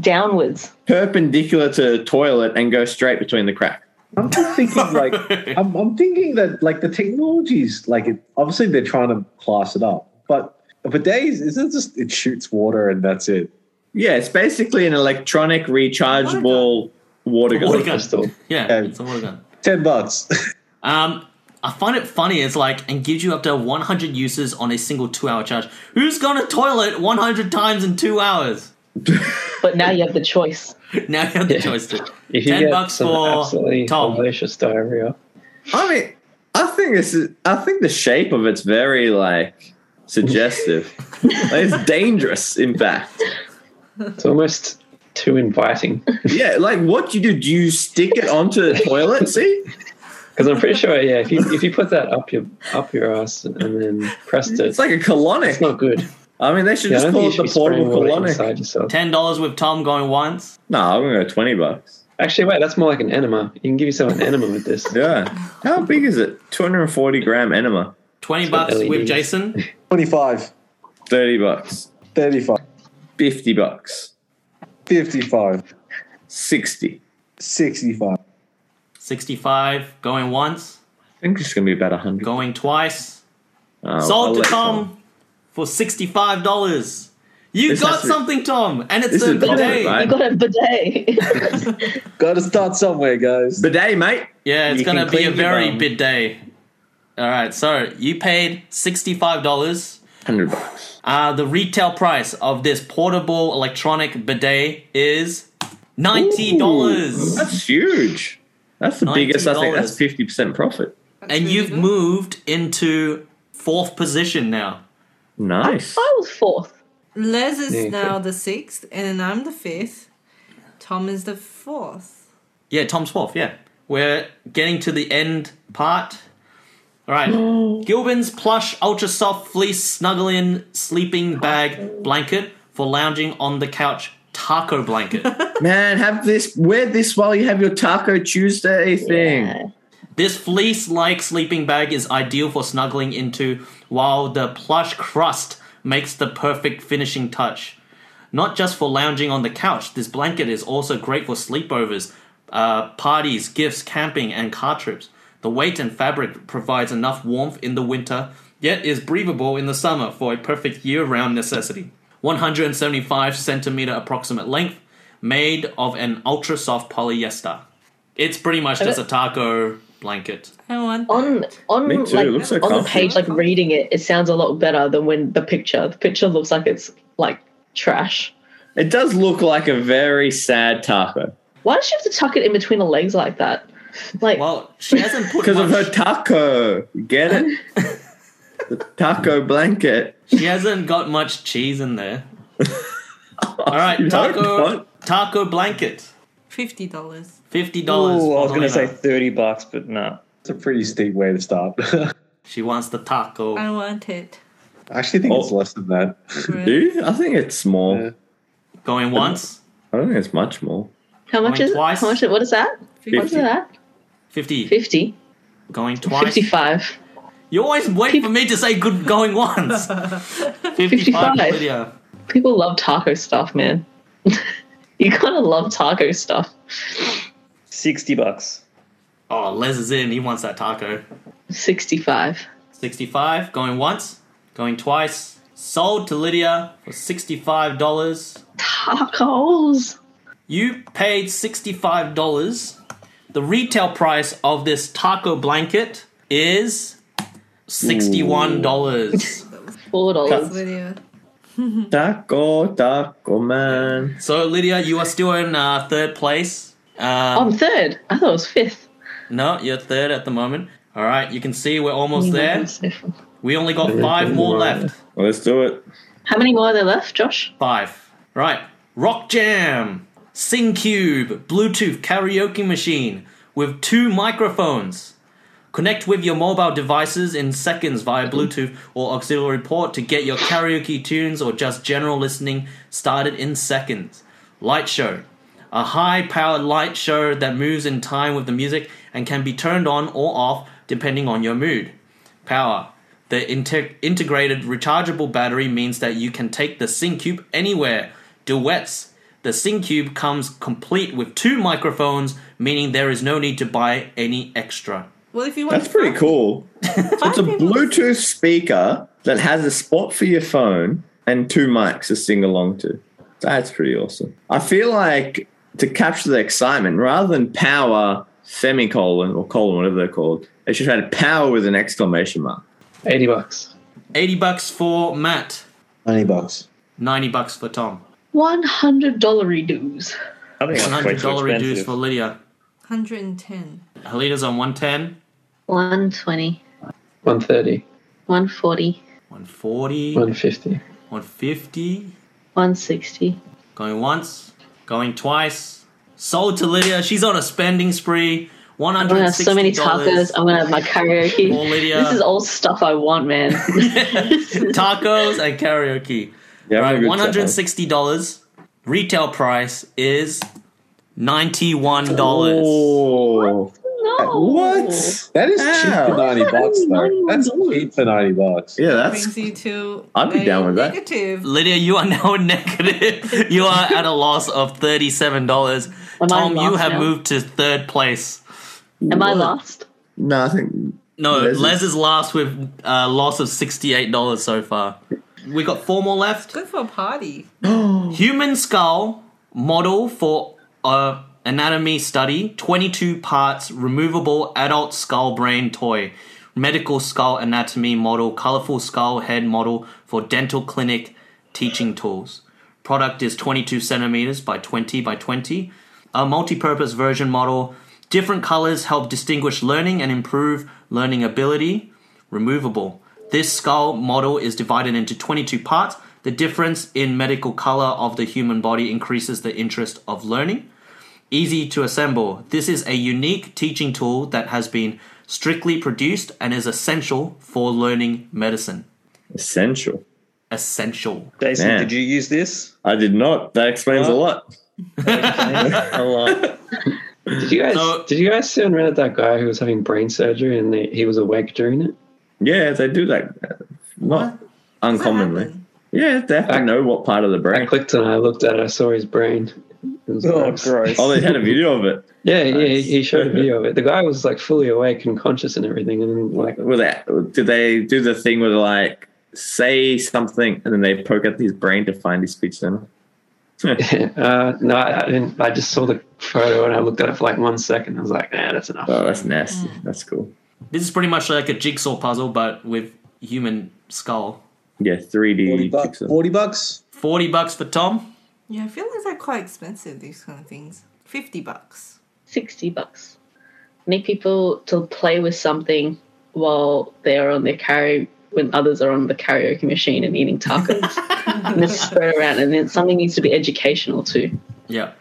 [SPEAKER 8] downwards.
[SPEAKER 3] perpendicular to the toilet and go straight between the crack.
[SPEAKER 10] I'm just thinking
[SPEAKER 3] [laughs]
[SPEAKER 10] like I'm, I'm thinking that like the technologies like it, obviously they're trying to class it up, but a bidet is- isn't just it shoots water and that's it.
[SPEAKER 3] Yeah, it's basically an electronic rechargeable water gun.
[SPEAKER 2] Water gun.
[SPEAKER 6] Crystal.
[SPEAKER 2] Yeah,
[SPEAKER 10] Okay.
[SPEAKER 2] it's a water gun.
[SPEAKER 10] Ten bucks. [laughs]
[SPEAKER 2] Um, I find it funny. It's like and gives you up to 100 uses on a single 2-hour charge. Who's gone to toilet 100 times in 2 hours? [laughs]
[SPEAKER 8] But now you have the choice.
[SPEAKER 2] Now you have the
[SPEAKER 6] Yeah.
[SPEAKER 2] choice to
[SPEAKER 6] [laughs] If you
[SPEAKER 2] 10
[SPEAKER 6] get
[SPEAKER 2] bucks
[SPEAKER 6] some
[SPEAKER 2] for
[SPEAKER 6] absolutely
[SPEAKER 2] Tom.
[SPEAKER 6] delicious diarrhea.
[SPEAKER 3] I mean, I think this is. I think the shape of it's very like [laughs] suggestive. Like, it's dangerous, in fact.
[SPEAKER 6] It's almost too inviting. [laughs]
[SPEAKER 3] Yeah, like what you do? Do you stick it onto the [laughs] toilet seat?
[SPEAKER 6] Because I'm pretty sure, yeah, if you if you put that up your up your ass and then pressed it,
[SPEAKER 3] It's like a colonic.
[SPEAKER 6] it's not good.
[SPEAKER 3] I mean, they should
[SPEAKER 6] Yeah, I
[SPEAKER 3] just
[SPEAKER 6] don't
[SPEAKER 3] call
[SPEAKER 6] think you
[SPEAKER 3] it
[SPEAKER 6] should
[SPEAKER 3] the
[SPEAKER 6] be spraying
[SPEAKER 3] portable
[SPEAKER 6] water
[SPEAKER 3] colonic.
[SPEAKER 6] inside yourself.
[SPEAKER 2] $10 with Tom going once.
[SPEAKER 3] No, I'm gonna go twenty bucks.
[SPEAKER 6] Actually, wait, that's more like an enema. You can give yourself an enema with this.
[SPEAKER 3] Yeah. How big is it? Two hundred and forty gram enema.
[SPEAKER 2] 20 bucks with
[SPEAKER 6] LEDs.
[SPEAKER 3] [laughs]
[SPEAKER 2] Jason.
[SPEAKER 10] 25,
[SPEAKER 3] Thirty bucks.
[SPEAKER 10] 35,
[SPEAKER 3] Fifty bucks.
[SPEAKER 10] 55,
[SPEAKER 3] Sixty.
[SPEAKER 10] 65.
[SPEAKER 2] 65 going once,
[SPEAKER 3] I think it's gonna be about hundred.
[SPEAKER 2] going twice.
[SPEAKER 3] Oh, I'll
[SPEAKER 2] Sold to
[SPEAKER 3] let
[SPEAKER 2] Tom for sixty-five dollars. You
[SPEAKER 3] This
[SPEAKER 2] got
[SPEAKER 3] has to be-
[SPEAKER 2] something, Tom, and it's
[SPEAKER 3] This
[SPEAKER 2] a
[SPEAKER 3] is
[SPEAKER 2] bidet.
[SPEAKER 3] Tom, right?
[SPEAKER 8] You got a bidet. [laughs]
[SPEAKER 10] Got to start somewhere, guys.
[SPEAKER 3] Bidet, mate.
[SPEAKER 2] Yeah, it's
[SPEAKER 10] You
[SPEAKER 2] gonna
[SPEAKER 10] can
[SPEAKER 2] be
[SPEAKER 10] clean
[SPEAKER 2] a
[SPEAKER 10] your
[SPEAKER 2] very
[SPEAKER 10] bum.
[SPEAKER 2] big day. All right, so you paid sixty-five dollars.
[SPEAKER 3] Hundred bucks.
[SPEAKER 2] Uh, the retail price of this portable electronic bidet is ninety
[SPEAKER 3] Ooh,
[SPEAKER 2] dollars,
[SPEAKER 3] That's huge. That's the biggest. I think that's
[SPEAKER 2] $90.
[SPEAKER 3] fifty percent profit.
[SPEAKER 5] That's
[SPEAKER 2] and
[SPEAKER 5] really
[SPEAKER 2] you've
[SPEAKER 5] good.
[SPEAKER 2] moved into fourth position now.
[SPEAKER 3] Nice.
[SPEAKER 8] I was fourth.
[SPEAKER 5] Les is
[SPEAKER 6] Yeah,
[SPEAKER 5] now the sixth, and I'm the fifth. Tom is the fourth.
[SPEAKER 2] Yeah, Tom's fourth. Yeah, we're getting to the end part. All right, Gilbin's plush, ultra soft fleece snuggling sleeping bag blanket for lounging on the couch. Taco blanket.
[SPEAKER 3] Man, have this. Wear this while you have your Taco Tuesday thing.
[SPEAKER 8] Yeah.
[SPEAKER 2] this fleece-like sleeping bag is ideal for snuggling into, while the plush crust makes the perfect finishing touch. Not just for lounging on the couch, this blanket is also great for sleepovers, uh, parties, gifts, camping, and car trips. The weight and fabric provides enough warmth in the winter, yet is breathable in the summer for a perfect year round necessity. 175 centimeter approximate length, made of an ultra soft polyester. It's pretty much just a taco blanket.
[SPEAKER 5] I want
[SPEAKER 8] On on
[SPEAKER 3] Me too,
[SPEAKER 8] like
[SPEAKER 3] it looks so
[SPEAKER 8] on the
[SPEAKER 3] comfy.
[SPEAKER 8] page, like reading it, it sounds a lot better than when the picture. The picture looks like it's like trash.
[SPEAKER 3] It does look like a very sad taco
[SPEAKER 8] Why does she have to tuck it in between her legs like that? Like
[SPEAKER 2] Well, she hasn't put
[SPEAKER 3] because of her
[SPEAKER 2] much,
[SPEAKER 3] taco. Get
[SPEAKER 2] [laughs]
[SPEAKER 3] it? the taco blanket.
[SPEAKER 2] she hasn't got much cheese in there. All right,
[SPEAKER 3] You hope
[SPEAKER 2] taco
[SPEAKER 3] not.
[SPEAKER 2] taco blanket.
[SPEAKER 5] fifty dollars.
[SPEAKER 2] Fifty dollars.
[SPEAKER 9] Ooh, I was going to say 30 bucks, but nah.
[SPEAKER 10] It's a pretty steep way to start. [laughs]
[SPEAKER 2] she wants the taco.
[SPEAKER 5] I want it.
[SPEAKER 10] I actually think it's
[SPEAKER 3] Oh.
[SPEAKER 10] less than that.
[SPEAKER 5] Really?
[SPEAKER 3] Dude, I think it's small.
[SPEAKER 10] Yeah.
[SPEAKER 2] Going once,
[SPEAKER 3] I don't think it's much more.
[SPEAKER 8] how much
[SPEAKER 2] Going
[SPEAKER 8] is it?
[SPEAKER 2] twice.
[SPEAKER 8] How much? What is that? What's
[SPEAKER 5] Fifty.
[SPEAKER 8] that?
[SPEAKER 2] 50.
[SPEAKER 8] 50,
[SPEAKER 2] Going twice.
[SPEAKER 8] 55.
[SPEAKER 2] You always wait for me to say good going once. 55.
[SPEAKER 8] 55.
[SPEAKER 2] Lydia.
[SPEAKER 8] People love taco stuff, man. [laughs] you gotta love taco stuff.
[SPEAKER 9] 60 bucks.
[SPEAKER 2] Oh, Les is in. He wants that taco.
[SPEAKER 8] 65.
[SPEAKER 2] 65. Going once. Going twice. Sold to Lydia for $65.
[SPEAKER 8] Tacos!
[SPEAKER 2] You paid $65. The retail price of this taco blanket is $61.
[SPEAKER 8] $4.
[SPEAKER 5] Lydia.
[SPEAKER 3] Taco, taco man.
[SPEAKER 2] so, Lydia, you are still in uh, third place.
[SPEAKER 7] Oh.
[SPEAKER 2] Um,
[SPEAKER 8] I'm third. I thought it was fifth.
[SPEAKER 2] no, you're third at the moment. All right, you can see we're almost
[SPEAKER 8] You know,
[SPEAKER 2] there.
[SPEAKER 8] it's different.
[SPEAKER 2] We only got five more left.
[SPEAKER 3] Let's do it.
[SPEAKER 8] How many more are there left, Josh?
[SPEAKER 2] Five. Right. Rock Jam, SingCube, Bluetooth karaoke machine with two microphones. Connect with your mobile devices in seconds via Bluetooth or auxiliary port to get your karaoke tunes or just general listening started in seconds. Light show. A high powered light show that moves in time with the music and can be turned on or off depending on your mood. Power. The inte- integrated rechargeable battery means that you can take the SyncCube anywhere. Duets. The SyncCube comes complete with two microphones, meaning there is no need to buy any extra.
[SPEAKER 5] Well, if you want
[SPEAKER 3] That's pretty cool. It's a Bluetooth speaker that has a spot for your phone and two mics to sing along to. That's pretty awesome. I feel like to capture the excitement, rather than power semicolon or colon, whatever they're called, they should have had power with an exclamation mark.
[SPEAKER 6] 80 bucks.
[SPEAKER 2] 80 bucks for Matt,
[SPEAKER 10] 90 bucks.
[SPEAKER 2] 90 bucks for Tom,
[SPEAKER 8] $100 redos.
[SPEAKER 9] I think that's way
[SPEAKER 2] $100
[SPEAKER 9] too
[SPEAKER 2] reduce
[SPEAKER 9] expensive.
[SPEAKER 2] for Lydia.
[SPEAKER 5] 110.
[SPEAKER 2] Halita's on 110,
[SPEAKER 8] 120,
[SPEAKER 6] 130,
[SPEAKER 8] 140,
[SPEAKER 2] 140,
[SPEAKER 6] 150.
[SPEAKER 2] 150,
[SPEAKER 8] 160.
[SPEAKER 2] Going once, going twice. Sold to Lydia. She's on a spending spree. One
[SPEAKER 8] I'm
[SPEAKER 2] hundred
[SPEAKER 8] gonna have
[SPEAKER 2] and sixty
[SPEAKER 8] Oh so many tacos. I'm gonna have my karaoke.
[SPEAKER 2] More Lydia.
[SPEAKER 8] This is all stuff I want,
[SPEAKER 2] [laughs]
[SPEAKER 8] man.
[SPEAKER 3] [laughs]
[SPEAKER 2] tacos and karaoke.
[SPEAKER 3] Yeah, I'm a
[SPEAKER 2] Right,
[SPEAKER 3] good
[SPEAKER 2] one hundred and
[SPEAKER 3] chap.
[SPEAKER 2] sixty dollars. Retail price is ninety-one dollars.
[SPEAKER 3] Oh,
[SPEAKER 8] no.
[SPEAKER 3] what?
[SPEAKER 10] That is
[SPEAKER 3] Ow.
[SPEAKER 10] cheap for 90 bucks, though. That's
[SPEAKER 8] $91.
[SPEAKER 10] cheap for 90 bucks.
[SPEAKER 3] Yeah, that's
[SPEAKER 5] Brings you to
[SPEAKER 3] I'd be
[SPEAKER 5] a
[SPEAKER 3] down with that.
[SPEAKER 5] negative.
[SPEAKER 2] Lydia, you are now [laughs] negative. you are at a loss of thirty-seven dollars.
[SPEAKER 8] Am I
[SPEAKER 2] Tom, you
[SPEAKER 8] lost
[SPEAKER 2] have
[SPEAKER 8] now?
[SPEAKER 2] moved to third place.
[SPEAKER 8] Am I last?
[SPEAKER 3] no. I think
[SPEAKER 2] No,
[SPEAKER 3] Les
[SPEAKER 2] Les
[SPEAKER 3] is-
[SPEAKER 2] is, last with a loss of sixty-eight dollars so far. We got four more left.
[SPEAKER 5] Good for a party.
[SPEAKER 2] Human skull model for uh, anatomy study, twenty-two parts, removable adult skull brain toy, medical skull anatomy model, colorful skull head model for dental clinic teaching tools. Product is twenty-two centimeters by twenty by twenty. A multi-purpose version model. Different colors help distinguish learning and improve learning ability removable. This skull model is divided into 22 parts. The difference in medical color of the human body increases the interest of learning. Easy to assemble. This is a unique teaching tool that has been strictly produced and is essential for learning medicine.
[SPEAKER 3] essential.
[SPEAKER 2] Essential.
[SPEAKER 9] Jason,
[SPEAKER 3] Man.
[SPEAKER 9] did you use this?
[SPEAKER 3] I did not. That explains a
[SPEAKER 9] What?
[SPEAKER 3] lot.
[SPEAKER 9] A lot.
[SPEAKER 6] Did you guys
[SPEAKER 2] So-
[SPEAKER 6] did you guys see on Reddit that guy who was having brain surgery and they, he was awake during it?
[SPEAKER 3] [laughs] Yeah, they do like that. Not
[SPEAKER 5] Does that
[SPEAKER 3] uncommonly.
[SPEAKER 5] happen?
[SPEAKER 3] Yeah, they have to
[SPEAKER 6] Back-
[SPEAKER 3] know what part of the
[SPEAKER 6] I
[SPEAKER 3] brain.
[SPEAKER 6] clicked on it, I looked at it, I saw his brain. It was
[SPEAKER 9] Oh,
[SPEAKER 6] gross.
[SPEAKER 9] gross.
[SPEAKER 3] Oh, they had a video of it.
[SPEAKER 6] Yeah, yeah, he, he showed a video of it. The guy was like fully awake and conscious and everything, and like
[SPEAKER 3] Were they, did they do the thing where they like say something and then they poke at his brain to find his speech center?
[SPEAKER 6] uh, no, I, I didn't. I just saw the photo and I looked at it for like one second. I was like, nah, that's enough.
[SPEAKER 3] Oh, that's nasty.
[SPEAKER 7] Mm.
[SPEAKER 3] That's cool.
[SPEAKER 2] This is pretty much like a jigsaw puzzle, but with human skull.
[SPEAKER 3] Yeah,
[SPEAKER 4] 40
[SPEAKER 3] 3D
[SPEAKER 4] bucks.
[SPEAKER 3] pixel.
[SPEAKER 4] 40 bucks?
[SPEAKER 2] 40 bucks for Tom.
[SPEAKER 5] Yeah, I feel like they're quite expensive, these kind of things. 50 bucks.
[SPEAKER 8] 60 bucks. Make people to play with something while they're on their karaoke, when others are on the karaoke machine and eating tacos. and it's spread around, and then something needs to be educational too.
[SPEAKER 2] Yeah.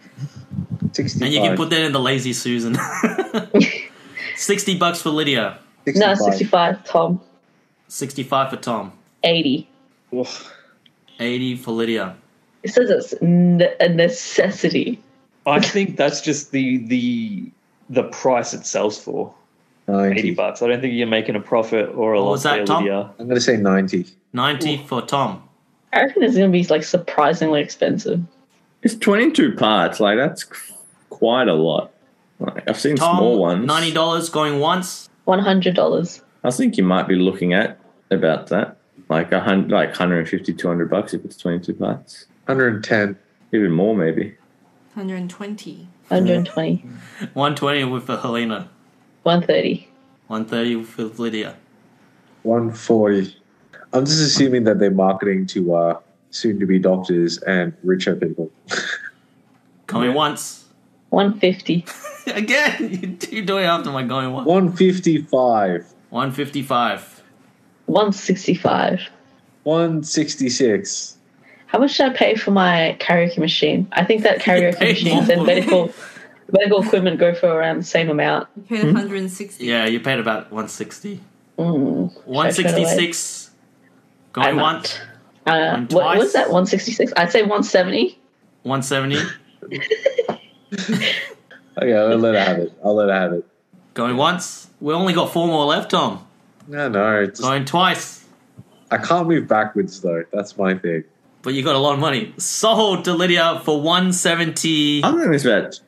[SPEAKER 10] 65.
[SPEAKER 2] And you can put that in the lazy Susan. [laughs] 60 bucks for Lydia.
[SPEAKER 8] No, 65, Tom.
[SPEAKER 2] 65 for Tom.
[SPEAKER 8] 80.
[SPEAKER 2] 80 for Lydia.
[SPEAKER 8] It says it's n- a necessity.
[SPEAKER 9] I think that's just the the the price it sells for. 80
[SPEAKER 4] 90.
[SPEAKER 9] bucks. I don't think you're making a profit or a
[SPEAKER 2] What
[SPEAKER 9] loss
[SPEAKER 2] was that,
[SPEAKER 9] there,
[SPEAKER 2] Tom? [laughs]
[SPEAKER 9] Lydia.
[SPEAKER 4] I'm going to say 90.
[SPEAKER 2] 90 for Tom.
[SPEAKER 7] I reckon it's going to be like surprisingly expensive.
[SPEAKER 3] It's 22 parts. Like, that's quite a lot. Like, I've seen
[SPEAKER 2] Tom,
[SPEAKER 3] small ones.
[SPEAKER 2] $90 going once.
[SPEAKER 7] $100.
[SPEAKER 3] I think you might be looking at about that. Like, a hun- like 150, 200 bucks if it's 22 parts.
[SPEAKER 4] 110.
[SPEAKER 3] Even more, maybe.
[SPEAKER 5] 120.
[SPEAKER 7] 120
[SPEAKER 2] 120 with for Helena.
[SPEAKER 7] 130
[SPEAKER 2] 130 for Lydia.
[SPEAKER 4] 140. I'm just assuming that they're marketing to uh, soon to be doctors and richer people. [laughs]
[SPEAKER 2] Going once. [laughs]
[SPEAKER 7] 150
[SPEAKER 2] Again, [laughs] you're doing after my going once.
[SPEAKER 4] 155.
[SPEAKER 2] 155.
[SPEAKER 7] 165
[SPEAKER 4] 166.
[SPEAKER 7] How much did I pay for my karaoke machine? I think that karaoke
[SPEAKER 2] paid
[SPEAKER 7] machines
[SPEAKER 2] more.
[SPEAKER 7] and medical medical equipment go for around the same amount.
[SPEAKER 5] You paid 160.
[SPEAKER 2] Yeah, you paid about 160.
[SPEAKER 7] Mm, should I throw it away?
[SPEAKER 2] 166
[SPEAKER 7] I
[SPEAKER 2] going
[SPEAKER 7] might.
[SPEAKER 2] once.
[SPEAKER 7] Uh,
[SPEAKER 2] Going
[SPEAKER 7] what
[SPEAKER 2] twice.
[SPEAKER 7] was that? One sixty six. I'd say one seventy.
[SPEAKER 2] 170
[SPEAKER 4] Okay, I'll let her have it. I'll let her have it.
[SPEAKER 2] going once. We only got four more left, Tom.
[SPEAKER 4] No, no. It's
[SPEAKER 2] Going twice.
[SPEAKER 4] I can't move backwards, though. That's my thing.
[SPEAKER 2] But you got a lot of money. Sold to Lydia for 170
[SPEAKER 3] I think it's about,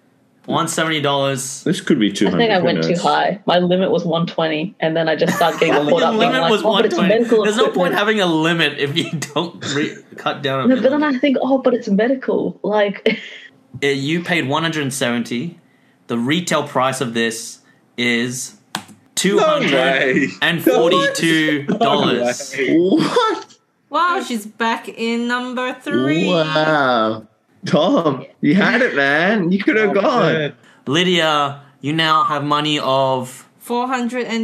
[SPEAKER 2] $170.
[SPEAKER 3] this could be 200.
[SPEAKER 7] I think I
[SPEAKER 3] who
[SPEAKER 7] went too
[SPEAKER 3] knows?
[SPEAKER 7] high. My limit was one twenty, and then I just started getting
[SPEAKER 2] [laughs]
[SPEAKER 7] caught
[SPEAKER 2] Your
[SPEAKER 7] up. being
[SPEAKER 2] limit
[SPEAKER 7] like,
[SPEAKER 2] was
[SPEAKER 7] oh, but it's
[SPEAKER 2] 120.
[SPEAKER 7] medical
[SPEAKER 2] There's no point
[SPEAKER 7] equipment."
[SPEAKER 2] having a limit if you [laughs] don't re- cut down on
[SPEAKER 7] No,
[SPEAKER 2] your
[SPEAKER 7] but then
[SPEAKER 2] limit.
[SPEAKER 7] I think, oh, but it's medical. Like,
[SPEAKER 2] Uh, you paid 170 the retail price of this is $242
[SPEAKER 3] What?
[SPEAKER 7] [laughs]
[SPEAKER 5] Wow, she's back in number three.
[SPEAKER 3] Wow. Tom, you had it, man. You could have gone.
[SPEAKER 2] lydia you now have money of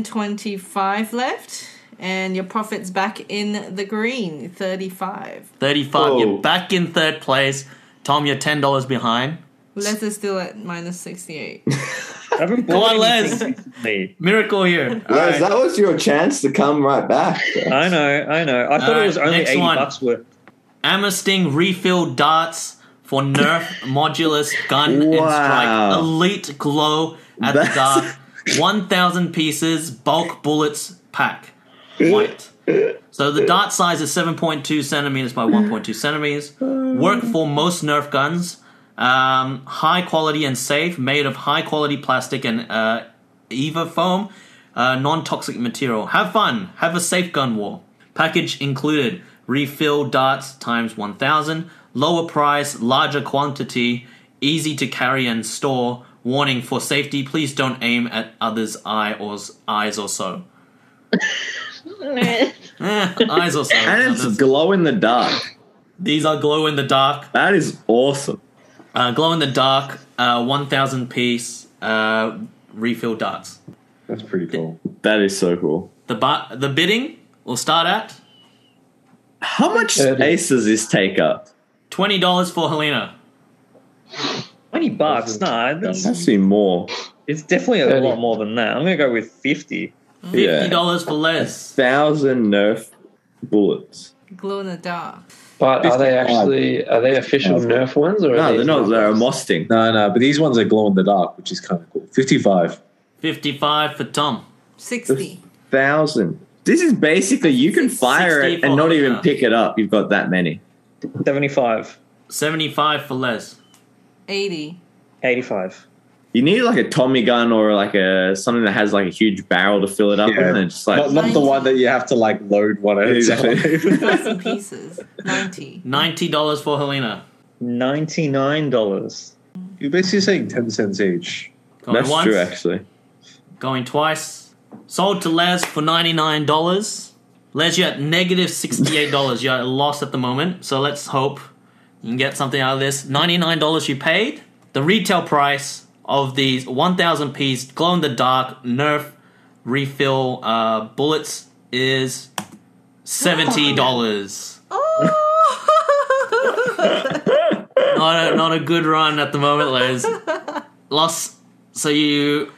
[SPEAKER 5] 425 left, and your profit's back in the green, 35.
[SPEAKER 2] 35
[SPEAKER 3] Whoa.
[SPEAKER 2] you're back in third place tom you're $10 behind
[SPEAKER 5] Les is still at minus 68.
[SPEAKER 9] I
[SPEAKER 2] Come
[SPEAKER 9] haven't bought
[SPEAKER 2] on, Les.
[SPEAKER 9] anything recently.
[SPEAKER 2] miracle here
[SPEAKER 3] Les, that was your chance to come right back.
[SPEAKER 9] I know, I know. I thought
[SPEAKER 2] Alright,
[SPEAKER 9] it was only
[SPEAKER 2] next
[SPEAKER 9] 80
[SPEAKER 2] one.
[SPEAKER 9] bucks worth.
[SPEAKER 2] Amisting refill darts
[SPEAKER 3] [laughs]
[SPEAKER 2] for Nerf modulus gun and strike
[SPEAKER 3] Wow.
[SPEAKER 2] elite glow at
[SPEAKER 3] That's-
[SPEAKER 2] the dart. 1,000 pieces bulk bullets pack. White. So the dart size is 7.2 centimeters by 1.2 centimeters. Work for most Nerf guns. Um, high quality and safe, made of high quality plastic and uh, EVA foam, uh, non toxic material. Have fun. Have a safe gun war. Package included refill darts times 1000, lower price, larger quantity, easy to carry and store. Warning for safety, please don't aim at others' eye or s- eyes or so. Eh, eyes or so.
[SPEAKER 3] And it's
[SPEAKER 2] Others-
[SPEAKER 3] glow in the dark.
[SPEAKER 2] These are glow in the dark.
[SPEAKER 3] That is awesome.
[SPEAKER 2] Uh, glow in the dark, uh, 1000 piece uh, refill darts.
[SPEAKER 4] That's pretty cool.
[SPEAKER 3] That is so cool.
[SPEAKER 2] The bu- the bidding will start at
[SPEAKER 3] How much
[SPEAKER 6] Yeah, it
[SPEAKER 3] space does this take up?
[SPEAKER 2] twenty dollars for Helena.
[SPEAKER 9] 20 bucks? Nah,
[SPEAKER 3] It
[SPEAKER 9] that's,
[SPEAKER 3] has to be more.
[SPEAKER 9] it's definitely a
[SPEAKER 6] Thirty.
[SPEAKER 9] lot more than that. I'm going to go with 50.
[SPEAKER 2] Fifty
[SPEAKER 3] Yeah.
[SPEAKER 2] dollars for Les.
[SPEAKER 3] Thousand Nerf bullets.
[SPEAKER 5] Glow in the dark.
[SPEAKER 6] But are they
[SPEAKER 3] 55.
[SPEAKER 6] actually are they official Nerf ones or are
[SPEAKER 3] No,
[SPEAKER 6] they
[SPEAKER 3] they're not. They're a mosting.
[SPEAKER 4] No, no, but these ones are glow in the dark, which is kind of cool. 55.
[SPEAKER 2] Fifty-five for Tom.
[SPEAKER 5] 60.
[SPEAKER 3] Thousand. This is basically you can fire it and not even
[SPEAKER 2] 64.
[SPEAKER 3] pick it up. You've got that many.
[SPEAKER 9] 75,
[SPEAKER 2] Seventy-five for Les.
[SPEAKER 5] 80.
[SPEAKER 9] 85.
[SPEAKER 3] You need like a Tommy gun or like a something that has like a huge barrel to fill it up,
[SPEAKER 4] Yeah.
[SPEAKER 3] and then just like
[SPEAKER 4] Not, not the one that you have to like load one at a time.
[SPEAKER 3] Exactly.
[SPEAKER 2] [laughs]
[SPEAKER 5] 1,000 pieces. 90.
[SPEAKER 2] Ninety dollars for Helena.
[SPEAKER 9] $99.
[SPEAKER 4] You're basically saying 10 cents each.
[SPEAKER 2] Going
[SPEAKER 3] That's
[SPEAKER 2] once,
[SPEAKER 3] true, actually.
[SPEAKER 2] going twice. Sold to Les for ninety-nine dollars. Les, you're at negative sixty-eight dollars. you're at a loss at the moment. So let's hope you can get something out of this. Ninety-nine dollars you paid. The retail price of these one thousand piece glow in the dark Nerf refill uh, bullets is seventy dollars.
[SPEAKER 5] Oh!
[SPEAKER 2] not a, not a good run at the moment, Les. Lost. So you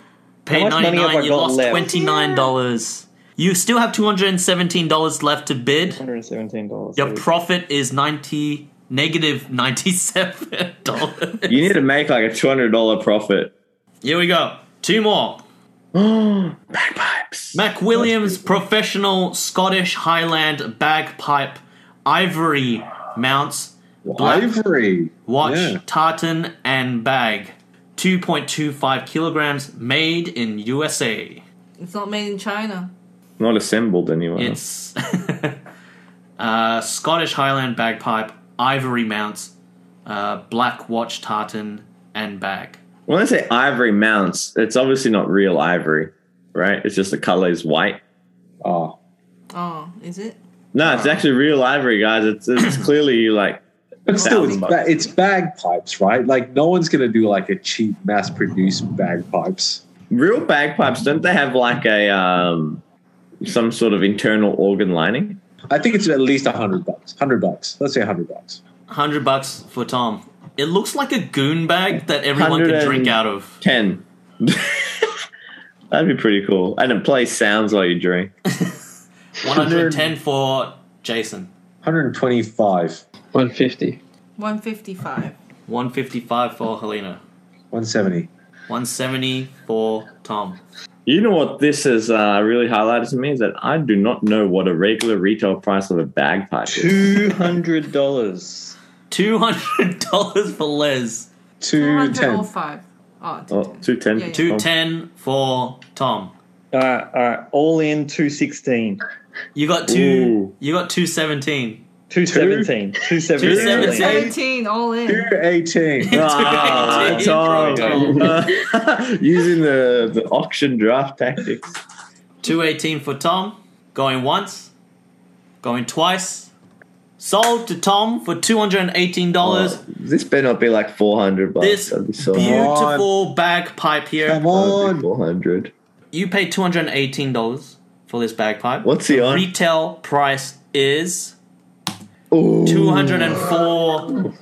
[SPEAKER 2] paid
[SPEAKER 9] How much money
[SPEAKER 2] ninety
[SPEAKER 9] have
[SPEAKER 2] nine.
[SPEAKER 9] I
[SPEAKER 2] You
[SPEAKER 9] got
[SPEAKER 2] lost
[SPEAKER 9] left?
[SPEAKER 2] twenty nine dollars. You still have two hundred and seventeen dollars left to bid.
[SPEAKER 9] $117.
[SPEAKER 2] Your profit is ninety negative ninety seven [laughs] dollars.
[SPEAKER 3] You need to make like a two hundred dollar profit.
[SPEAKER 2] Here we go. Two more.
[SPEAKER 3] Bagpipes.
[SPEAKER 2] Mac Williams Professional Scottish Highland Bagpipe Ivory Mounts Black
[SPEAKER 11] Ivory.
[SPEAKER 2] Watch
[SPEAKER 11] Yeah.
[SPEAKER 2] Tartan and Bag 2.25 kilograms made in USA.
[SPEAKER 5] It's not made in China.
[SPEAKER 3] Not assembled anyway.
[SPEAKER 2] It's [laughs] uh, Scottish Highland Bagpipe Ivory Mounts uh, Black Watch Tartan and Bag.
[SPEAKER 3] When I say ivory mounts, it's obviously not real ivory, right? It's just the color is white.
[SPEAKER 4] Oh,
[SPEAKER 5] Oh, is it?
[SPEAKER 3] No, it's actually real ivory, guys. It's,
[SPEAKER 2] [coughs]
[SPEAKER 3] it's clearly like
[SPEAKER 4] but still, it's,
[SPEAKER 3] Thousand
[SPEAKER 4] ba-
[SPEAKER 3] bucks.
[SPEAKER 4] it's bagpipes, right? Like no one's gonna do like a cheap mass-produced bagpipes.
[SPEAKER 3] real bagpipes. Don't they have like a um, some sort of internal organ lining?
[SPEAKER 4] I think it's at least a hundred bucks. Hundred bucks. Let's say a hundred bucks.
[SPEAKER 2] 100 bucks for Tom. It looks like a goon bag that everyone can
[SPEAKER 3] 100
[SPEAKER 2] drink
[SPEAKER 3] and-
[SPEAKER 2] out of.
[SPEAKER 3] Ten. [laughs] That'd be pretty cool. And it plays sounds while you drink.
[SPEAKER 2] 110 for Jason.
[SPEAKER 4] Hundred and twenty-five.
[SPEAKER 6] 150.
[SPEAKER 5] 155.
[SPEAKER 2] 155 for Helena.
[SPEAKER 4] One seventy.
[SPEAKER 2] 170 for Tom.
[SPEAKER 3] You know what this has uh, really highlighted to me is that I do not know what a regular retail price of a bagpipe is.
[SPEAKER 9] Two hundred dollars.
[SPEAKER 2] [laughs] $200 for Les.
[SPEAKER 4] Two ten.
[SPEAKER 5] 205. Oh,
[SPEAKER 3] Oh, two ten.
[SPEAKER 5] Yeah, yeah.
[SPEAKER 2] 210 for Tom.
[SPEAKER 9] All right, all right. Uh, All in two sixteen.
[SPEAKER 2] You got two.
[SPEAKER 3] Ooh.
[SPEAKER 2] You got 217.
[SPEAKER 9] Two seventeen. Two seventeen.
[SPEAKER 2] 217.
[SPEAKER 5] 17 all
[SPEAKER 4] Two
[SPEAKER 5] in.
[SPEAKER 4] [laughs]
[SPEAKER 3] [laughs]
[SPEAKER 4] eighteen.
[SPEAKER 3] Ah,
[SPEAKER 2] Two
[SPEAKER 3] Tom.
[SPEAKER 2] eighteen.
[SPEAKER 3] [laughs] Using the, the auction draft tactics.
[SPEAKER 2] 218 for Tom. Going once. Going twice. Sold to Tom for $218.
[SPEAKER 3] Oh, This better not be like 400 bucks.
[SPEAKER 2] this
[SPEAKER 3] That'd be so
[SPEAKER 2] beautiful bagpipe here.
[SPEAKER 4] Come
[SPEAKER 3] That'd be
[SPEAKER 4] on.
[SPEAKER 3] 400.
[SPEAKER 2] You paid $218 for this bagpipe.
[SPEAKER 3] What's the on?
[SPEAKER 2] Retail price is
[SPEAKER 3] Ooh.
[SPEAKER 2] two hundred and four dollars.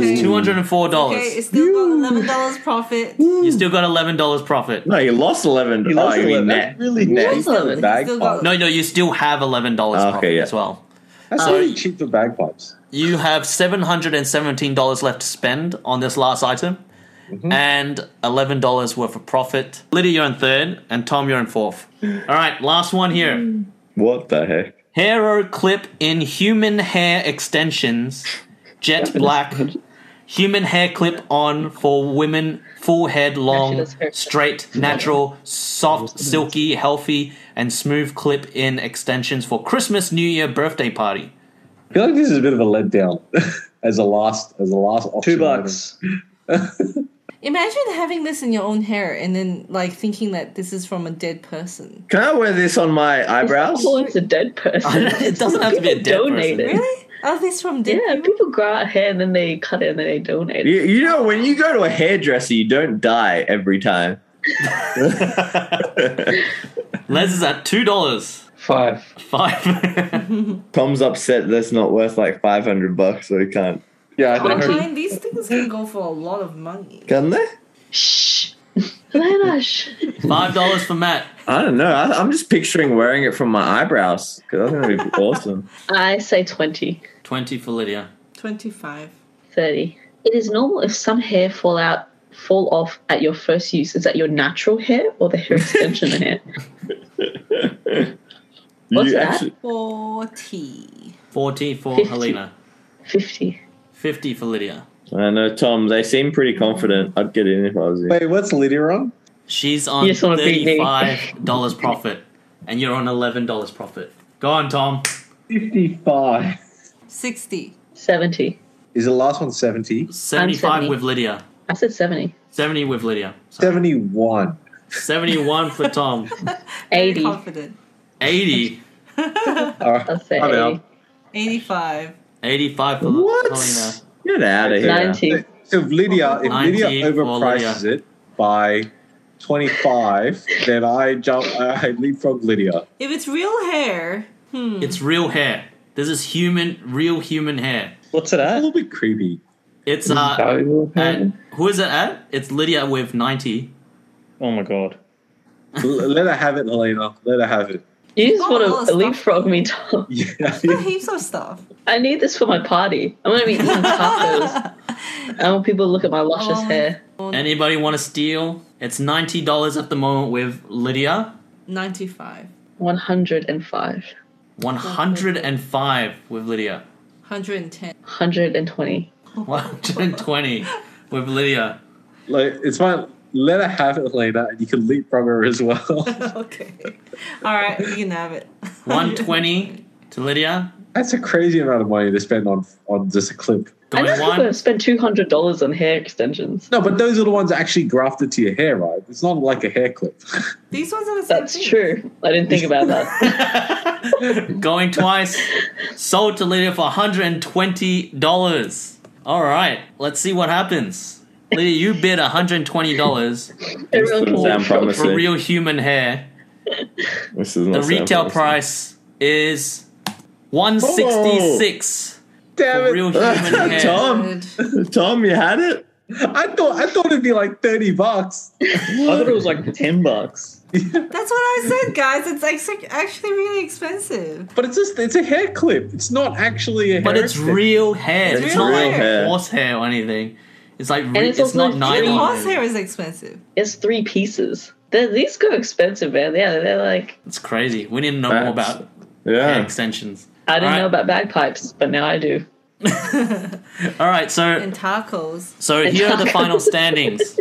[SPEAKER 5] Okay.
[SPEAKER 2] Two hundred and four dollars.
[SPEAKER 5] Okay, it's still got $11 profit.
[SPEAKER 2] you still got eleven dollars profit.
[SPEAKER 3] No, you lost 11.
[SPEAKER 9] He lost
[SPEAKER 3] oh, you mean
[SPEAKER 9] 11.
[SPEAKER 3] net.
[SPEAKER 9] That's really
[SPEAKER 3] net.
[SPEAKER 5] Still got- still got-
[SPEAKER 2] No, no, you still have eleven dollars
[SPEAKER 3] Ah, Okay,
[SPEAKER 2] profit
[SPEAKER 3] yeah.
[SPEAKER 2] as well.
[SPEAKER 4] That's
[SPEAKER 3] Uh,
[SPEAKER 4] really cheap for bagpipes.
[SPEAKER 2] You have seven hundred and seventeen dollars left to spend on this last item, and eleven dollars worth of profit. Lydia, you're in third, and Tom, you're in fourth. All right, last one here.
[SPEAKER 3] What the heck?
[SPEAKER 2] Hero clip in human hair extensions, jet black. Human hair clip on for women, full head long,
[SPEAKER 7] does hair.
[SPEAKER 2] straight, natural, soft, silky, healthy, and smooth clip in extensions for Christmas, New Year, birthday party.
[SPEAKER 4] I feel like this is a bit of a letdown [laughs] as a last as a last option.
[SPEAKER 9] Two bucks.
[SPEAKER 5] Imagine having this in your own hair and then like thinking that this is from a dead person.
[SPEAKER 3] Can I wear this on my eyebrows?
[SPEAKER 7] [laughs] Oh, it's a dead person.
[SPEAKER 2] [laughs] It doesn't have to be a dead
[SPEAKER 7] People
[SPEAKER 2] person.
[SPEAKER 7] donate it.
[SPEAKER 5] Really? Are this from dead
[SPEAKER 7] Yeah,
[SPEAKER 5] people?
[SPEAKER 7] people grow out hair and then they cut it and then they donate. it.
[SPEAKER 3] You, you know, when you go to a hairdresser, you don't die every time. [laughs]
[SPEAKER 2] Les is at two dollars
[SPEAKER 6] Five.
[SPEAKER 2] five. [laughs]
[SPEAKER 3] Tom's upset that's not worth like 500 bucks, so he can't. Yeah, I
[SPEAKER 5] Online, these things can go for a lot of money.
[SPEAKER 3] Can they?
[SPEAKER 7] Shh. [laughs] Lena, shh.
[SPEAKER 2] Five dollars for Matt.
[SPEAKER 3] I don't know. I, I'm just picturing wearing it from my eyebrows because I think that'd be [laughs] awesome.
[SPEAKER 7] I say 20,
[SPEAKER 2] Twenty for Lydia.
[SPEAKER 5] 25.
[SPEAKER 7] 30. It is normal if some hair fall out, fall off at your first use. Is that your natural hair or the
[SPEAKER 3] [laughs]
[SPEAKER 7] hair extension hair? What's
[SPEAKER 3] you
[SPEAKER 7] that?
[SPEAKER 3] actually
[SPEAKER 5] 40.
[SPEAKER 2] Forty for
[SPEAKER 7] Fifty.
[SPEAKER 2] Helena.
[SPEAKER 7] 50.
[SPEAKER 2] Fifty for Lydia.
[SPEAKER 3] I know, Tom. They seem pretty confident. I'd get in if I was you.
[SPEAKER 4] Wait, what's Lydia on?
[SPEAKER 2] She's on
[SPEAKER 7] You just wanna beat me.
[SPEAKER 2] thirty-five dollars profit, and you're on eleven dollars profit. Go on, Tom.
[SPEAKER 4] Fifty-five.
[SPEAKER 5] 60.
[SPEAKER 7] 70.
[SPEAKER 4] Is the last one seventy?
[SPEAKER 2] Seventy-five
[SPEAKER 7] seventy.
[SPEAKER 2] with Lydia.
[SPEAKER 7] I said 70.
[SPEAKER 2] Seventy with Lydia.
[SPEAKER 7] [laughs]
[SPEAKER 2] Sorry.
[SPEAKER 4] Seventy-one.
[SPEAKER 2] Seventy-one for Tom.
[SPEAKER 5] [laughs] Very [laughs]
[SPEAKER 7] 80.
[SPEAKER 5] confident.
[SPEAKER 2] Eighty.
[SPEAKER 4] All right.
[SPEAKER 7] I'll say
[SPEAKER 4] I'm
[SPEAKER 7] 80.
[SPEAKER 4] out.
[SPEAKER 5] 85.
[SPEAKER 2] Eighty-five for Helena.
[SPEAKER 3] What? Get out of here.
[SPEAKER 7] 90.
[SPEAKER 4] So if Lydia, if
[SPEAKER 2] 90
[SPEAKER 4] Lydia
[SPEAKER 2] for
[SPEAKER 4] overprices it by twenty-five, then I jump. I leapfrog Lydia.
[SPEAKER 5] If it's real hair, hmm.
[SPEAKER 2] It's real hair. This is human, real human hair.
[SPEAKER 9] What's it
[SPEAKER 4] A
[SPEAKER 9] at?
[SPEAKER 4] little bit creepy.
[SPEAKER 2] It's
[SPEAKER 7] Mm.
[SPEAKER 2] uh,
[SPEAKER 6] Valuable,
[SPEAKER 2] at,
[SPEAKER 6] apparently.
[SPEAKER 2] who is it at? It's Lydia with ninety.
[SPEAKER 9] Oh my god.
[SPEAKER 4] L- Let her have it, Helena. Let her have it. [laughs]
[SPEAKER 7] You just
[SPEAKER 5] Oh, all
[SPEAKER 7] want
[SPEAKER 5] the
[SPEAKER 7] to
[SPEAKER 5] stuff.
[SPEAKER 7] leapfrog me, Tom.
[SPEAKER 4] Yeah. [laughs]
[SPEAKER 5] got heaps of stuff.
[SPEAKER 7] I need this for my party. I'm going to be
[SPEAKER 5] [laughs]
[SPEAKER 7] eating tacos. I want people to look at my luscious
[SPEAKER 5] Oh.
[SPEAKER 7] hair.
[SPEAKER 2] Anybody want to steal? It's ninety dollars at the moment with Lydia.
[SPEAKER 5] 95.
[SPEAKER 7] 105,
[SPEAKER 2] One hundred and five with Lydia.
[SPEAKER 5] 110.
[SPEAKER 7] 120.
[SPEAKER 2] One hundred and twenty with Lydia.
[SPEAKER 4] Like it's fine. Let her have it, Lena. and You can leapfrog her as well.
[SPEAKER 5] [laughs]
[SPEAKER 4] [laughs]
[SPEAKER 7] [laughs]
[SPEAKER 5] okay. All right, you can have it.
[SPEAKER 2] One twenty to Lydia.
[SPEAKER 4] That's a crazy amount of money to spend on on just a clip.
[SPEAKER 7] And that's
[SPEAKER 2] Twenty-one.
[SPEAKER 7] people spend $200 on hair extensions.
[SPEAKER 4] No, but those are the ones that actually grafted to your hair, right? It's not like a hair clip.
[SPEAKER 5] [laughs]
[SPEAKER 4] [laughs]
[SPEAKER 5] These ones are the same
[SPEAKER 7] That's
[SPEAKER 5] thing.
[SPEAKER 7] true. I didn't think
[SPEAKER 2] [laughs]
[SPEAKER 7] about that.
[SPEAKER 2] Going twice. Sold to Lydia for $120. All right, let's see what happens. Lydia, you bid $120
[SPEAKER 3] This
[SPEAKER 7] Everyone
[SPEAKER 3] doesn't
[SPEAKER 7] falls
[SPEAKER 3] sound
[SPEAKER 2] for
[SPEAKER 7] short.
[SPEAKER 3] promising.
[SPEAKER 2] real human hair.
[SPEAKER 3] This is
[SPEAKER 2] The
[SPEAKER 3] not sound
[SPEAKER 2] retail
[SPEAKER 3] promising.
[SPEAKER 2] price is 166 for
[SPEAKER 4] [laughs]
[SPEAKER 2] real
[SPEAKER 5] [laughs]
[SPEAKER 2] human hair.
[SPEAKER 3] Tom, Tom, you had it.
[SPEAKER 4] I thought I thought it'd be like thirty bucks.
[SPEAKER 9] I thought it was like ten bucks.
[SPEAKER 5] That's what I said, guys. It's actually, actually really expensive.
[SPEAKER 4] But it's just it's a hair clip. It's not actually a hair
[SPEAKER 2] But it's
[SPEAKER 4] extension.
[SPEAKER 2] real hair. It's,
[SPEAKER 5] It's
[SPEAKER 2] not
[SPEAKER 5] real
[SPEAKER 2] like
[SPEAKER 3] hair.
[SPEAKER 2] horse hair or anything. It's like re- it's,
[SPEAKER 7] it's also
[SPEAKER 2] not
[SPEAKER 7] three-
[SPEAKER 2] nylon.
[SPEAKER 5] Horse hair is expensive.
[SPEAKER 7] It's three pieces. They're, these go expensive, man. Yeah, they're like,
[SPEAKER 2] It's crazy. We need to know more
[SPEAKER 3] That's-
[SPEAKER 2] about hair
[SPEAKER 3] Yeah.
[SPEAKER 2] extensions.
[SPEAKER 7] I didn't
[SPEAKER 2] Alright.
[SPEAKER 7] know about bagpipes, but now I do.
[SPEAKER 2] All right, so
[SPEAKER 5] And tacos.
[SPEAKER 2] So here are the final standings.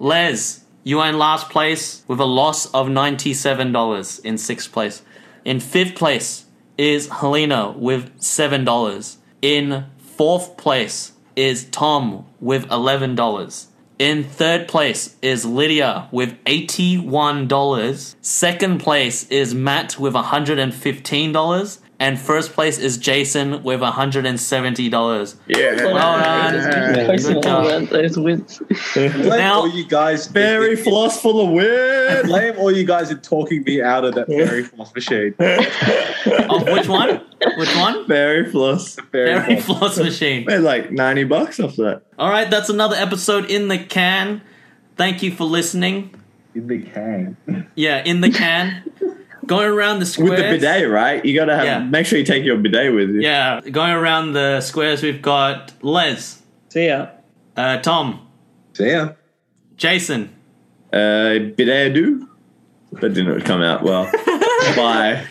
[SPEAKER 2] Les, you are in last place with a loss of ninety-seven dollars in sixth place. In fifth place is Helena with seven dollars. In fourth place is Tom with eleven dollars. In third place is Lydia with eighty-one dollars. Second place is Matt with hundred and fifteen dollars. And first place is Jason with hundred and seventy dollars.
[SPEAKER 3] Yeah.
[SPEAKER 2] Well
[SPEAKER 7] [laughs]
[SPEAKER 2] done.
[SPEAKER 7] Personal
[SPEAKER 2] job.
[SPEAKER 7] brand, those wins.
[SPEAKER 4] blame
[SPEAKER 2] Now-
[SPEAKER 4] all you guys.
[SPEAKER 3] Very floss for the
[SPEAKER 9] [laughs]
[SPEAKER 3] win.
[SPEAKER 4] [laughs] blame all you guys in talking me out of that fairy floss machine.
[SPEAKER 2] Oh, which one? Which one?
[SPEAKER 3] Very floss.
[SPEAKER 4] Fairy
[SPEAKER 2] Fairy
[SPEAKER 4] floss.
[SPEAKER 2] floss machine.
[SPEAKER 3] Made like ninety bucks off that.
[SPEAKER 2] All right, that's another episode in the can. Thank you for listening.
[SPEAKER 4] In the can.
[SPEAKER 2] Yeah, in
[SPEAKER 3] [laughs]
[SPEAKER 2] the can. going around the squares.
[SPEAKER 3] With the bidet, right? You gotta have.
[SPEAKER 2] Yeah.
[SPEAKER 3] Make sure you take your bidet with you.
[SPEAKER 2] Yeah, going around the squares. We've got Les,
[SPEAKER 9] See ya.
[SPEAKER 2] uh, Tom,
[SPEAKER 4] So yeah.
[SPEAKER 2] Jason,
[SPEAKER 3] Uh, bidet do. That didn't come out
[SPEAKER 2] [laughs]
[SPEAKER 3] well. Bye.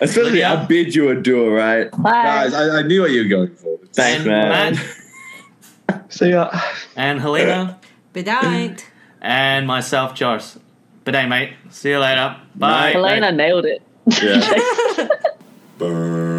[SPEAKER 3] Especially
[SPEAKER 2] Lydia?
[SPEAKER 3] I bid you adieu, right?
[SPEAKER 4] Guys, I, I knew what you were going for.
[SPEAKER 3] Thanks,
[SPEAKER 2] and
[SPEAKER 3] man. [laughs]
[SPEAKER 2] Matt,
[SPEAKER 6] So yeah,
[SPEAKER 3] uh,
[SPEAKER 2] and Helena,
[SPEAKER 5] Bedight.
[SPEAKER 2] and myself, Josh. But hey, mate. See you later.
[SPEAKER 3] Bye.
[SPEAKER 2] Bye. [laughs]
[SPEAKER 7] Elena nailed it.
[SPEAKER 3] Yeah. Burn.